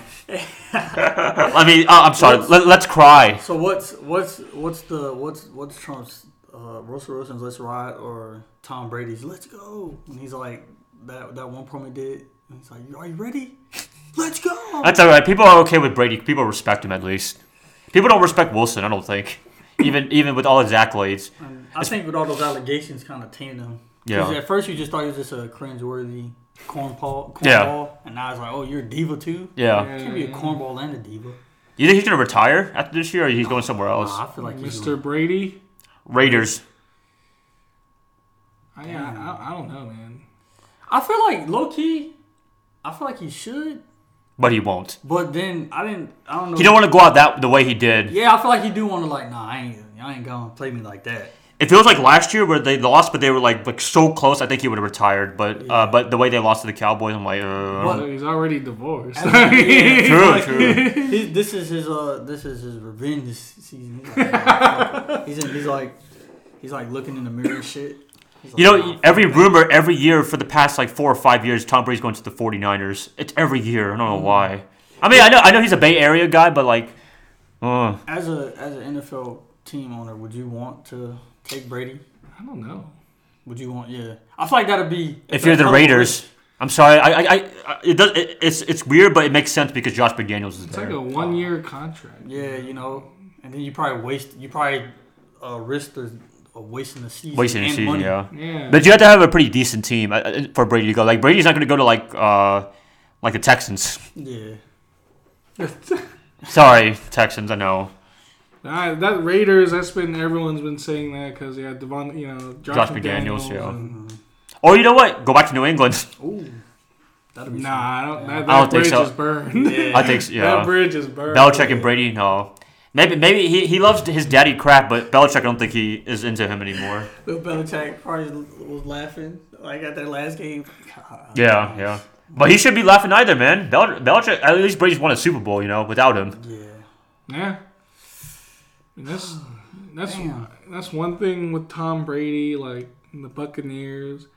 A: I mean, uh, I'm sorry. Let, let's cry.
B: So what's what's what's the what's what's Trump's uh, Russell Wilson's "Let's Ride" or Tom Brady's "Let's Go" when he's like that that one promo he did And he's like, "Are you ready? Let's go."
A: That's all right. People are okay with Brady. People respect him at least. People don't respect Wilson. I don't think. Even even with all his accolades.
B: And I think with all those allegations, kind of tainted him. 'Cause
A: Yeah.
B: At first, you just thought he was just a cringeworthy cornball, cornball
A: Yeah.
B: and now it's like, "Oh, you're a diva too."
A: Yeah.
B: Can't be a cornball and a diva.
A: You think he's gonna retire after this year, or he's going somewhere else?
B: Nah, I feel like he's
C: Mr. Brady.
A: Raiders.
C: I, I, I, I don't know, man.
B: I feel like low key. I feel like he should,
A: But he won't.
B: but then I didn't. I don't know.
A: He don't want to go out that the way he did.
B: yeah, I feel like he do want to like. Nah, I ain't. I ain't gonna play me like that.
A: It feels like last year where they lost, but they were like like so close. I think he would have retired, but uh, but the way they lost to the Cowboys, I'm like, uh,
B: But-
C: He's already divorced.
B: Yeah.
A: true, true.
B: He, this is his uh this is his revenge this season. He's like, "Nah, fuck it." he's, in, he's like he's like looking in the mirror and shit. He's like,
A: You
B: "Nah."
A: know, every rumor every year for the past like four or five years, Tom Brady's going to the 49ers. It's every year. I don't know why. I mean, I know I know he's a Bay Area guy, but like, uh,
B: as a as an NFL team owner, would you want to take Brady?
C: I don't know.
B: Would you want? Yeah, I feel like that'd be
A: if you're the
C: uh,
A: Raiders, I'm sorry, I I, I- I it does it, it's it's weird, but it makes sense because Josh McDaniels is
C: It's
A: there.
C: like a one-year contract.
B: Yeah, you know, and then you probably waste you probably uh, risk the uh, wasting the season,
A: wasting a
B: and
A: season,
B: money.
A: yeah.
C: Yeah.
A: But you have to have a pretty decent team uh, uh, for Brady to go. Like Brady's not going to go to like uh, like the Texans.
B: Yeah,
A: Sorry, Texans. I know.
C: Nah, that Raiders. That's been everyone's been saying that because yeah, Devon. You know, Josh,
A: Josh
C: McDaniels.
A: McDaniels, yeah.
C: and-
B: Mm-hmm.
A: Or you know what? Go back to New England.
B: Ooh, that'd be
C: Nah, I don't. That, that
A: I don't think
C: bridge
A: so.
C: is burned.
B: Yeah.
A: I think
C: That
A: yeah.
C: bridge is burned.
A: Belichick and Brady. No, maybe maybe he, he loves his daddy crap, but Belichick I don't think he is into him anymore.
B: Bill Belichick probably was laughing like at their last game. God.
A: Yeah, yeah. But he should be laughing either, man. Bel- Belichick. At least Brady's won a Super Bowl, you know, without him.
B: Yeah.
C: Yeah. I mean, that's that's
B: Damn.
C: that's one thing with Tom Brady, like and the Buccaneers.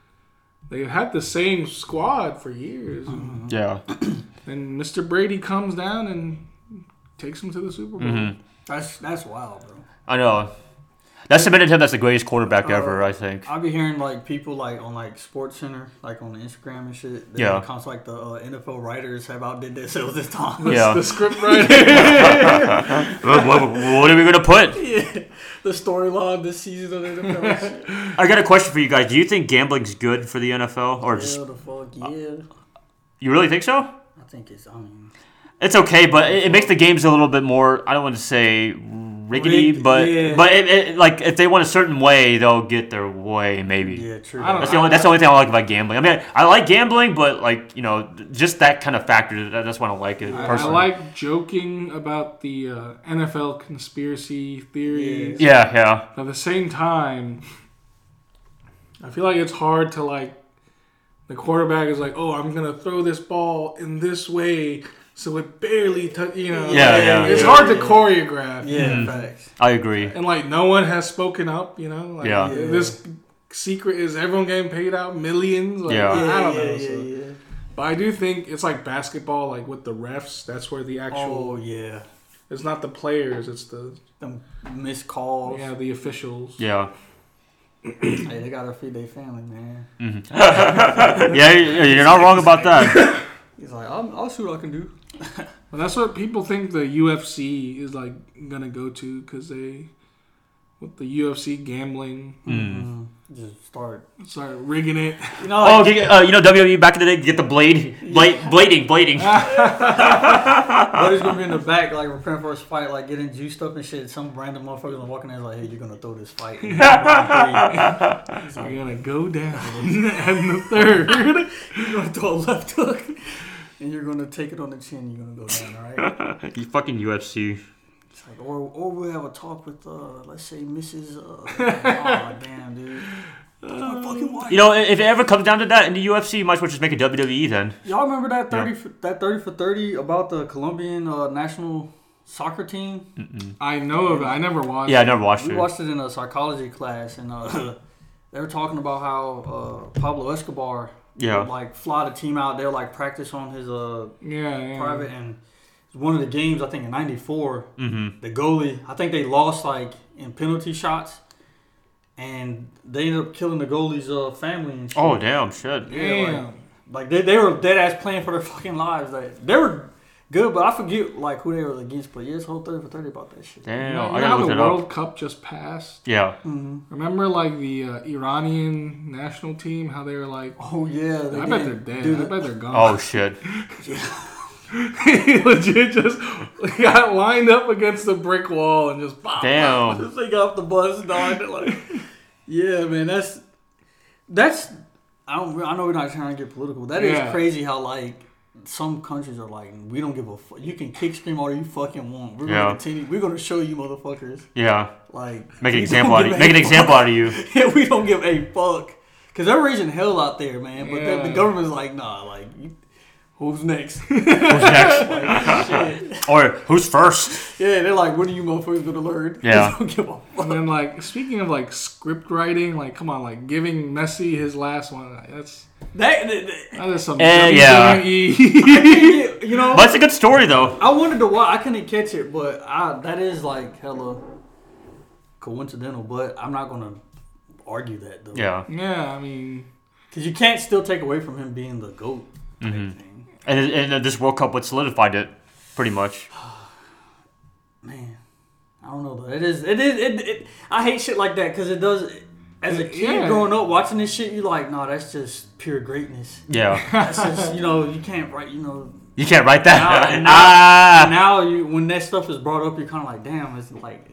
C: They had the same squad for years,
A: Yeah.
C: and Mr. Brady comes down and takes them to the Super Bowl.
A: Mm-hmm.
B: That's that's wild, bro.
A: I know. That cemented him as the greatest quarterback ever. I think.
B: I'll be hearing like people like on like Sports Center, like on Instagram and shit. They
A: Yeah.
B: Comes like the uh, NFL writers have outdid themselves this time.
A: Yeah.
C: The script writer.
A: what, what- what are we gonna put?
B: the storyline this season of the NFL. shit.
A: I got a question for you guys. Do you think gambling's good for the NFL, or just
B: Hell the fuck yeah.
A: you really think so?
B: I think it's I mean
A: It's okay, but it, it makes the games a little bit more. I don't want to say rickety,
B: Rigged,
A: but
B: yeah.
A: but it, it, like if they want a certain way, they'll get their way. Maybe
B: yeah true.
C: I don't
A: that's the only that's the only thing I like about gambling. I mean, I like gambling, but like you know, just that kind of factor. That, that's why I don't like it
C: I, I
A: personally.
C: like joking about the uh, NFL conspiracy theories.
A: yeah, yeah,
C: But at the same time, I feel like it's hard to like the quarterback is like, oh, I'm gonna throw this ball in this way, so it barely, tou you know.
A: Yeah,
C: like,
A: yeah,
C: It's
A: yeah.
C: hard to choreograph.
B: yeah facts.
A: I agree.
C: And like no one has spoken up, you know. Like,
A: Yeah.
B: Yeah.
C: This secret is everyone getting paid out millions. Like,
A: Yeah.
C: I don't
B: yeah,
C: know.
B: yeah,
C: so-
B: yeah, yeah.
C: But I do think it's like basketball, like with the refs. That's where the actual.
B: Oh yeah.
C: It's not the players. It's the
B: Them missed calls.
C: yeah the officials.
A: Yeah,
B: Hey, they gotta feed their family, man.
A: yeah, you- you're not wrong about that.
B: He's like, I'm, I'll see what I can do.
C: Well, that's what people think the UFC is like gonna go to because they, with the UFC gambling,
B: Mm, Just start.
C: start rigging it.
B: You know,
A: Oh, get- uh, you know WWE back in the day, get the blade, blade, blading, blading.
B: Brody's gonna be in the back, like preparing for his fight, like getting juiced up and shit. Some random motherfucker's gonna walk in there, like, hey, you're gonna throw this fight. in round
C: You're gonna go down and the third.
B: three. you're gonna throw a left hook, and you're gonna take it on the chin. You're gonna go down, all right?
A: You fucking UFC.
B: It's like, or or we'll have a talk with, uh, let's say, Mrs. Uh, oh damn, dude. That's my fucking wife.
A: You know, i- if it ever comes down to that in the UFC, you might as well just make a WWE then.
B: Y'all remember that thirty for, that thirty for thirty about the Colombian uh, national soccer team?
C: I know of it. I never watched.
A: Yeah, I
C: it.
A: never watched
B: We
A: it.
B: watched it in a psychology class, and uh, they were talking about how uh, Pablo Escobar
A: Yeah.
B: would, like fly the team out. They'll like practice on his uh,
C: Yeah, yeah.
B: private, and one of the games I think in '94,
A: hmm
B: the goalie I think they lost like in penalty shots, and they ended up killing the goalie's uh, family and shit.
A: Oh damn, shit.
C: Damn.
B: Yeah, like- Like they, they were dead ass playing for their fucking lives. Like they were good, but I forget like who they were against. But yeah, it's whole thirty for thirty about that shit.
A: Damn,
C: You
A: I
C: know, you know
A: gotta
C: how
A: look
C: the
A: that
C: World
A: up.
C: Cup just passed?
A: Yeah,
C: Remember, like the uh, Iranian national team, how they were like,
B: Oh yeah, they
C: I bet they're
B: didn't
C: dead.
B: do
C: I
B: that.
C: bet they're
A: Oh
C: gone.
A: shit.
C: he legit just got lined up against the brick wall and just bop.
A: Damn.
B: This thing off the bus, dog. They're Like, yeah, man, that's that's. I don't. I know we're not trying to get political. That is
C: Yeah.
B: crazy how like some countries are like, we don't give a fuck. You can kick scream all you fucking want. We're
A: Yeah.
B: gonna continue. We're gonna show you motherfuckers.
A: Yeah.
B: Like
A: Make an
B: we
A: example out
B: don't
A: of you.
B: give a
A: Make an
B: fuck.
A: example out of you.
B: Yeah, we don't give a fuck. Cause they're raising hell out there, man. But the,
C: Yeah.
B: the government's like, nah, like, you- who's next?
A: Who's next? or who's first?
B: yeah, they're like, when are you motherfuckers gonna learn?
A: Yeah.
B: don't give a fuck.
C: And then, like, speaking of like script writing, like, come on, like giving Messi his last one. That's
B: That, that, that-
C: that is some E.
A: Eh, yeah.
C: WWE.
B: you know,
A: But it's a good story though.
B: I wanted to watch. I couldn't catch it, but I, that is like hella coincidental. But I'm not gonna argue that though.
A: Yeah.
C: yeah, I mean,
B: because you can't still take away from him being the goat. type
A: Mm-hmm.
B: thing.
A: And and this World Cup what solidified it, pretty much.
B: Man, I don't know though. It is. It is. It. it I hate shit like that because it does. As a kid
C: Yeah.
B: growing up watching this shit, you like, nah, that's just pure greatness.
A: Yeah.
B: That's just, you know, you can't write, you know.
A: You can't write
B: Now,
A: that.
B: and now,
A: ah.
B: now you, when that stuff is brought up, you're kind of like, damn, it's like,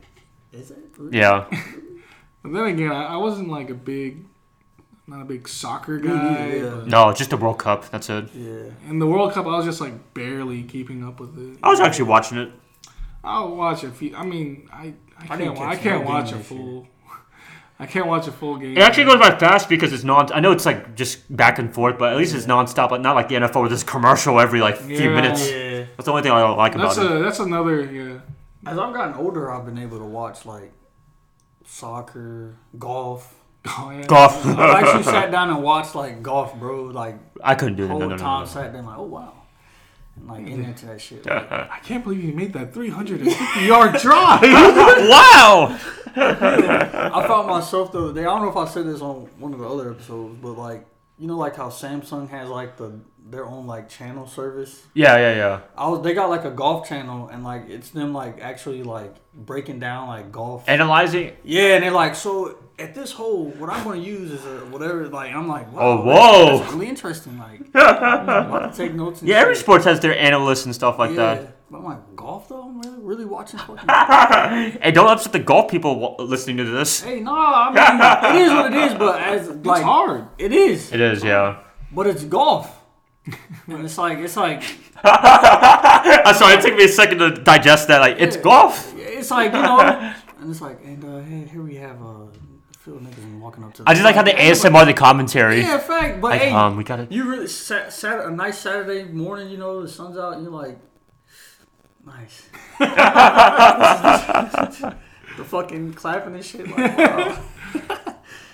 B: is it?
A: Yeah.
C: but then again, I, I wasn't like a big, not a big soccer
B: Me
C: guy.
B: neither, yeah.
C: but-
A: No, just the World Cup. That's it.
B: Yeah.
C: And the World Cup, I was just like barely keeping up with it.
A: I was actually watching it.
C: I'll watch a few. I mean, I I
B: I
C: can't
B: didn't
C: wa- I
B: catch
C: can't
B: no
C: watch
B: game
C: a
B: this year.
C: full. I can't watch a full game.
A: It actually goes by fast because it's non. I know it's like just back and forth, but at least it's nonstop. But not like the NFL with this commercial every like few
C: Yeah.
A: minutes.
B: Yeah.
A: That's the only thing I don't like about
C: That's
A: it.
C: a that's another yeah.
B: As I've gotten older, I've been able to watch like soccer, golf.
C: Oh, yeah.
A: Golf.
B: I've actually sat down and watched like golf, bro. Like
A: I couldn't do that.
B: whole
A: No, no, no,
B: time
A: no.
B: sat there, like, oh wow, and like in into that shit. Like,
C: I can't believe you made that 350 yard drive.
A: Wow.
B: I found myself the other day. I don't know if I said this on one of the other episodes, but like you know, like how Samsung has like the their own like channel service.
A: Yeah, yeah, yeah.
B: I was they got like a golf channel and like it's them like actually like breaking down like golf.
A: Analyzing.
B: Yeah, and they're like, so at this hole, what I'm going to use is a whatever. Like, I'm like, wow,
A: Oh,
B: that's-
A: whoa.
B: that's really interesting. Like, I'm about to take notes. And
A: Yeah, every
B: shit.
A: sports has their analysts and stuff like
B: Yeah. But I'm like, golf though. I'm really, really watching. Fucking-
A: that. Hey, don't upset the golf people wa- listening to this.
B: hey, no, I mean, it is what it is. But as like,
C: it's hard.
B: It is,
A: It is, yeah.
B: but it's golf. and it's like, it's like,
A: I'm sorry, it took me a second to digest that. Like, it's
B: Yeah.
A: golf.
B: it's like you know, and it's like, and uh, hey, here we have uh, field niggas walking up to.
A: I just like how the ASMR the commentary.
B: Yeah, fact. But
A: Like,
B: hey,
A: um, we gotta.
B: You really sat, sat a nice Saturday morning, you know, the sun's out, and you're like, nice. the fucking clapping and shit. Like, wow.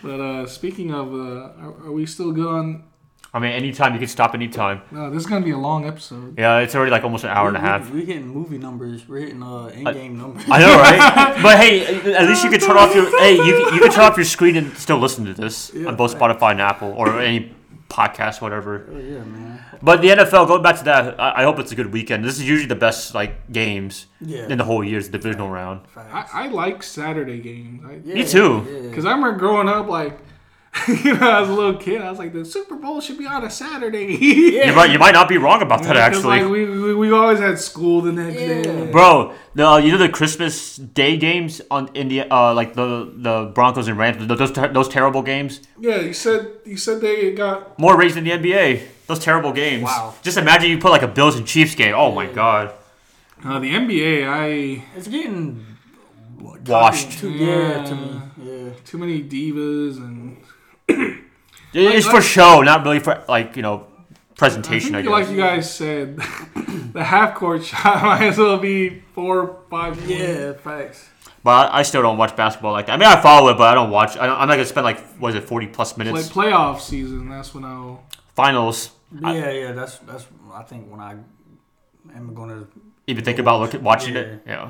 C: But uh, speaking of, uh, are, are we still good on?
A: I mean, anytime you can stop anytime.
C: No, this is gonna be a long episode.
A: Yeah, it's already like almost an hour and a half.
B: We're hitting movie numbers. We're hitting uh, in game numbers.
A: I know, right? But hey, at least you can turn off your hey, you can, you can turn off your screen and still listen to this on both Spotify and Apple or any podcast, whatever.
B: Oh, yeah, man.
A: But the NFL, going back to that, I, I hope it's a good weekend. This is usually the best like games
B: Yeah.
A: in the whole year's divisional round.
C: I,
B: Facts.
C: I like Saturday games. I,
B: Yeah,
A: Me too.
B: yeah.
C: Cause I remember growing up, like you know, as a little kid, I was like, the Super Bowl should be on a Saturday. yeah,
A: You might you might not be wrong about that actually.
C: like we, we we always had school the next day.
A: Bro, the uh, you know the Christmas Day games on in the uh, like the the Broncos and Rams th- those ter- those terrible games
C: Yeah, you said you said they got
A: more raised than the NBA. Those terrible games.
B: Wow.
A: Just imagine you put like a Bills and Chiefs game. Oh my god.
C: uh, the NBA. I
B: It's getting what,
A: Washed.
B: Too, yeah, to me.
C: Yeah.
B: Yeah.
C: too many divas and
A: It's for show, not really for like you know presentation. I,
C: I think,
A: guess.
C: like you guys said, the half court shot might as well be four, five. points.
B: Yeah, facts.
A: but I, I still don't watch basketball like that. I mean, I follow it, but I don't watch. I don't, I'm not gonna spend like what is it 40 plus
C: Like
A: minutes
C: playoff season, that's when I'll.
A: finals. I-
B: Yeah, yeah. That's that's. I think when I am going to
A: Even think about looking watching it. Yeah.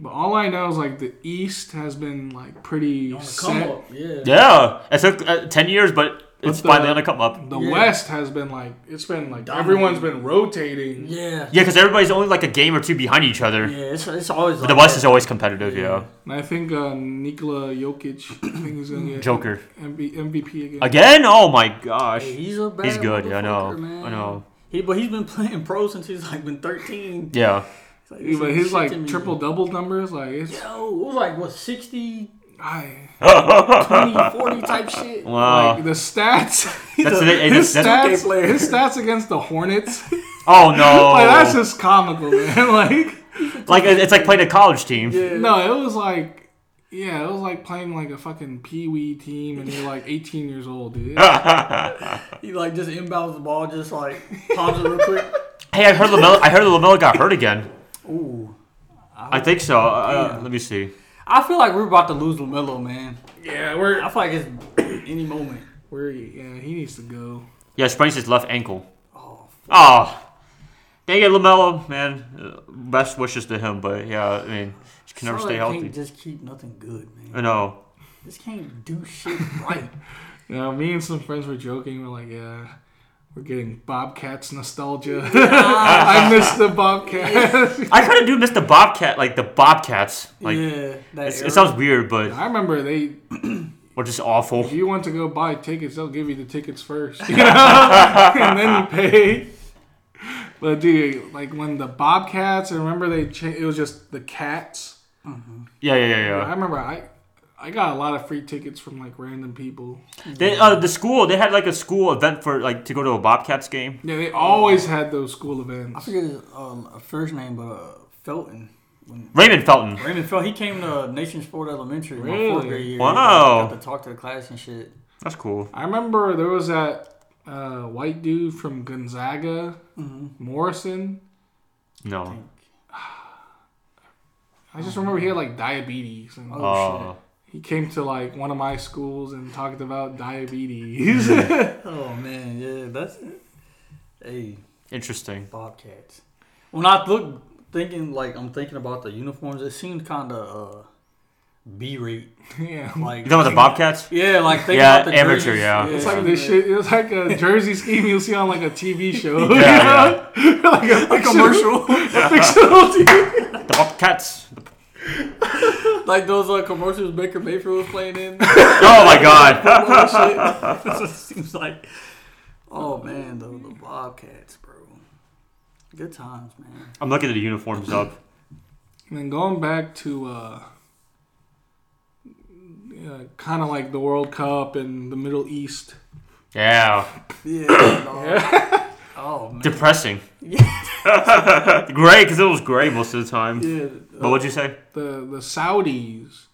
C: But all I know is like the East has been like pretty
B: come
C: set.
B: up. Yeah.
A: Yeah. It took uh, 10 years, but it's
C: the-
A: finally on a come up.
C: The
B: Yeah.
C: West has been like it's been like
B: Dominating.
C: everyone's been rotating.
B: Yeah.
A: Yeah, because everybody's only like a game or two behind each other.
B: Yeah, it's, it's always
A: But
B: like
A: the West
B: that.
A: is always competitive, yeah.
C: And I think uh, Nikola Jokic, I think he's gonna get
A: Joker.
C: MB, MVP again.
A: Again? Oh my gosh.
B: Hey, he's a bad
A: He's good, yeah, I know.
B: motherfucker, man.
A: I know.
B: He, but he's been playing pro since he's like been 13.
A: Yeah.
B: It's like,
C: Even
B: this
C: his
B: shit to
C: like
B: me.
C: triple double numbers, like it's
B: Yo, it was like what 60, 20,
C: I,
B: 40 type shit.
A: Wow.
C: like the stats.
A: Uh, That's
C: the-
A: the- hey,
C: his
A: that's-
B: that's-
C: stats. His stats against the Hornets.
A: oh no.
C: like
A: like,
C: that's just comical, man. like
A: it- it's like playing a college team.
C: no, it was like yeah, it was like playing like a fucking pee wee team, and you're like 18 years old, dude.
A: Ah.
B: He like just inbounds the ball, just like palms it real quick.
A: Hey, I heard Lamelo. I heard Lamelo got hurt again.
B: Ooh,
A: I think so. Uh, let me see.
B: I feel like we're about to lose Lamelo, man.
C: yeah, we're
B: I feel like it's any moment.
C: we're yeah, he needs to go.
A: Yeah, sprains his left ankle.
B: Oh,
A: Oh, dang it, Lamelo, man. Uh, Best wishes to him, but yeah, I mean, he can never
B: Charlotte
A: stay healthy.
B: Can't just keep nothing good, man.
A: I know.
B: This can't do shit right.
C: Yeah, me and some friends were joking. We're like, yeah, we're getting Bobcats nostalgia. I miss the Bobcats.
A: I kind of do miss the Bobcat, like the Bobcats. Like
B: yeah, that
A: it's,
B: era.
A: it sounds weird, but
C: I remember they,
A: we're just
C: if
A: awful.
C: you want to go buy tickets, they'll give you the tickets first, you know? and then you pay. But dude, like when the Bobcats, I remember they cha- it was just the cats.
A: Yeah, yeah, yeah,
C: I
A: yeah.
C: remember I. I got a lot of free tickets from like random people.
A: They, uh, the school they had like a school event for like to go to a Bobcats game.
C: Yeah, they always had those school
B: I
C: events.
B: forget his um, first name, but uh, Felton. When
A: Raymond Felton.
B: Raymond Felton, he came to Nation Sport Elementary my fourth
C: Really?
B: grade year.
A: Wow.
B: Got to talk to the class and shit.
A: That's cool.
C: I remember there was that uh, white dude from Gonzaga,
B: Mm-hmm.
C: Morrison.
A: No.
C: I just remember he had like diabetes, and
B: Oh,
A: Uh,
C: he came to like one of my schools and talked about diabetes.
B: shit. Oh, man. Yeah, that's it. Hey,
A: interesting.
B: Bobcats. When I look, thinking, like, I'm thinking about the uniforms, it seemed kind of uh, B rate.
C: yeah,
B: Like,
A: You talking about the Bobcats?
B: Yeah, like, thinking
A: Yeah,
B: about the
A: amateur,
B: jerseys.
A: yeah.
C: it's like this shit. It was like a jersey scheme you'll see on like a TV show,
A: Yeah,
C: like a,
B: A commercial.
C: a fictional TV.
A: The Bobcats.
B: like those uh, commercials Baker Mayfield was playing in.
A: Oh my God.
B: That's what it seems like. Oh man, though the Bobcats, bro. Good times, man.
A: I'm looking at the uniforms up.
C: And then going back to uh, yeah, kind of like the World Cup and the Middle East.
A: Yeah.
B: Yeah. dog. Oh man.
A: Depressing.
B: Yeah.
A: Gray, because it was gray most of the time.
B: yeah. uh,
A: But what'd you say?
C: the the Saudis,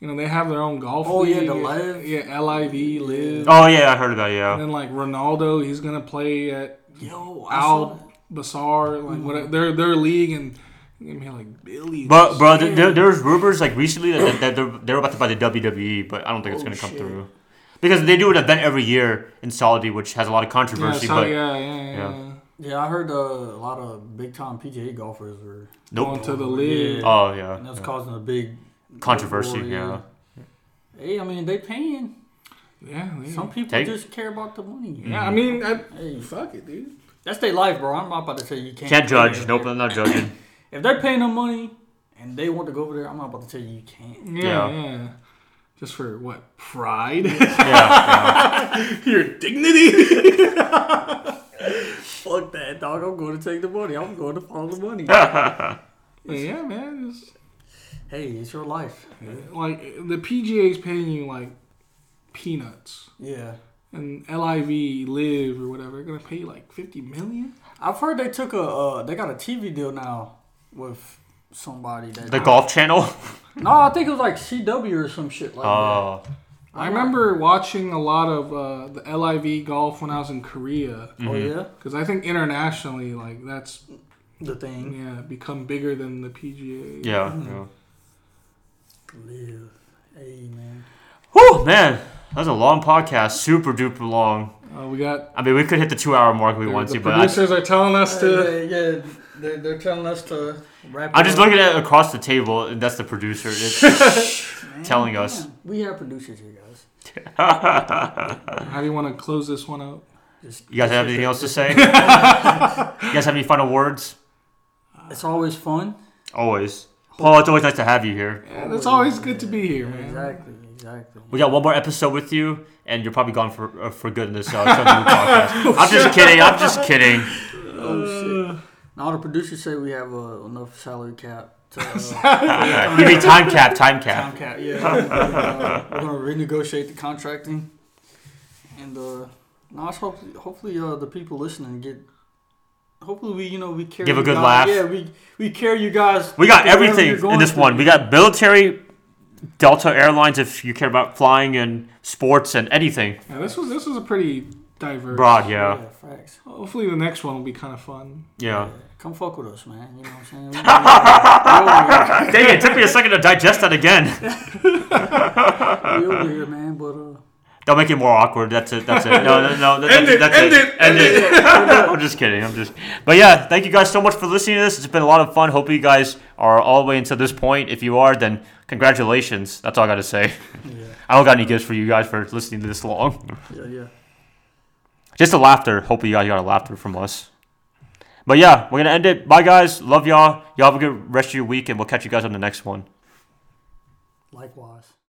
C: you know, they have their own golf.
B: Oh, yeah, the
C: league.
B: Live.
C: Yeah, LIV live.
A: Oh yeah, I heard about it.
C: And
A: Yeah.
C: then like Ronaldo, he's gonna play at
B: Yo, I saw
C: Al Basar, like whatever their their league, and they made like billions.
A: But bro, th- there, there's rumors like recently that, that they're they're about to buy the WWE, but I don't think it's
B: Oh,
A: gonna come
B: shit.
A: through because they do an event every year in Saudi, which has a lot of
C: yeah,
A: controversy.
C: Sau-
A: but
C: yeah, yeah, yeah,
A: yeah.
C: yeah.
B: that. Yeah, I heard uh, a lot of big time PGA golfers were,
A: nope.
C: Going to the league.
B: Yeah.
A: Oh yeah.
B: and that was
A: yeah.
B: causing a big
A: Controversy.
B: uproar,
A: Yeah.
B: Hey, I mean they paying.
C: Yeah, yeah.
B: Some people
A: Take-
B: just care about the money.
C: yeah, I mean, I,
B: Hey,
C: fuck it, dude.
B: that's their life, bro. I'm not about to say you can't.
A: Can't
B: pay
A: judge.
B: them.
A: Nope. I'm not judging.
B: If they're paying them money and they want to go over there, I'm not about to tell you you can't.
C: Yeah,
A: Yeah.
C: yeah. Just for what pride?
A: yeah,
C: Your dignity.
B: Fuck that, dog. I'm going to take the money. I'm going to follow the money.
C: yeah, man. It's,
B: hey, it's your life.
C: like the PGA's paying you like peanuts.
B: Yeah.
C: and LIV Live or whatever, gonna pay you like fifty million.
B: I've heard they took a, uh, they got a TV deal now with somebody that.
A: The Golf Channel.
B: No, I think it was like CW or some shit like
A: Oh.
C: I remember watching a lot of uh, the LIV golf when I was in Korea,
A: mm-hmm.
B: that. Oh, yeah?
C: because I think internationally, like that's
B: The thing.
C: yeah become bigger than the PGA.
A: Mm-hmm. Yeah. yeah.
B: Live. Hey, man.
A: Whew, man, that was a long podcast. Super duper long.
C: Uh, we got
A: I mean, we could hit the two hour mark if we
C: the
A: want to, but I,
C: producers are telling us to
B: yeah, yeah. They're, they're telling us to wrap.
A: I'm
B: it
A: just
B: up.
A: looking at across the table, and that's the producer. It's telling us.
B: We have producers here, guys.
C: How do you want to close this one out?
B: Just,
A: You guys have anything else to say? you guys have any final words?
B: It's always fun.
A: Always. Paul, it's always nice to have you here.
C: Yeah, it's always good to be here, man.
B: Exactly. Exactly.
A: We got one more episode with you, and you're probably gone for uh, for good in this uh, Sunday Blue podcast. I'm just kidding. I'm just kidding.
B: Oh shit! Now the producers say we have uh, enough salary cap. To, uh,
A: You mean time cap? Time cap.
B: Time cap, yeah. Uh, we're gonna renegotiate the contracting, and uh, now it's hopefully, hopefully uh, the people listening get. Hopefully we you know we carry
A: Give a
B: you
A: good laugh.
B: guys- Yeah, we we carry you guys.
A: We got
B: through whatever you're
A: everything
B: going
A: in this
B: through.
A: one. We got military, Delta Airlines, if you care about flying and sports and anything
C: Yeah, this was this was a pretty diverse.
A: broad. Yeah,
B: facts.
C: Hopefully the next one will be kind of fun.
A: yeah.
B: Come fuck with us, man. You know what I'm saying? We- we-
A: Dang it! It took me a second to digest that again.
B: we over here, we over here, man. But uh,
A: Don't make it more awkward. That's it. That's it. No, no, no. that-
C: End
A: that's,
C: it,
A: that's
C: end it,
A: End
C: end
A: it.
B: uh,
A: I'm just kidding. I'm just. But yeah, thank you guys so much for listening to this. It's been a lot of fun. Hope you guys are all the way until this point. If you are, then congratulations. That's all I got to say. I don't got any gifts for you guys for listening to this long.
B: yeah, yeah.
A: Just a laughter. Hopefully you guys got a laughter from us. But yeah, we're gonna end it. Bye guys. Love y'all. Y'all have a good rest of your week, and we'll catch you guys on the next one.
B: Likewise.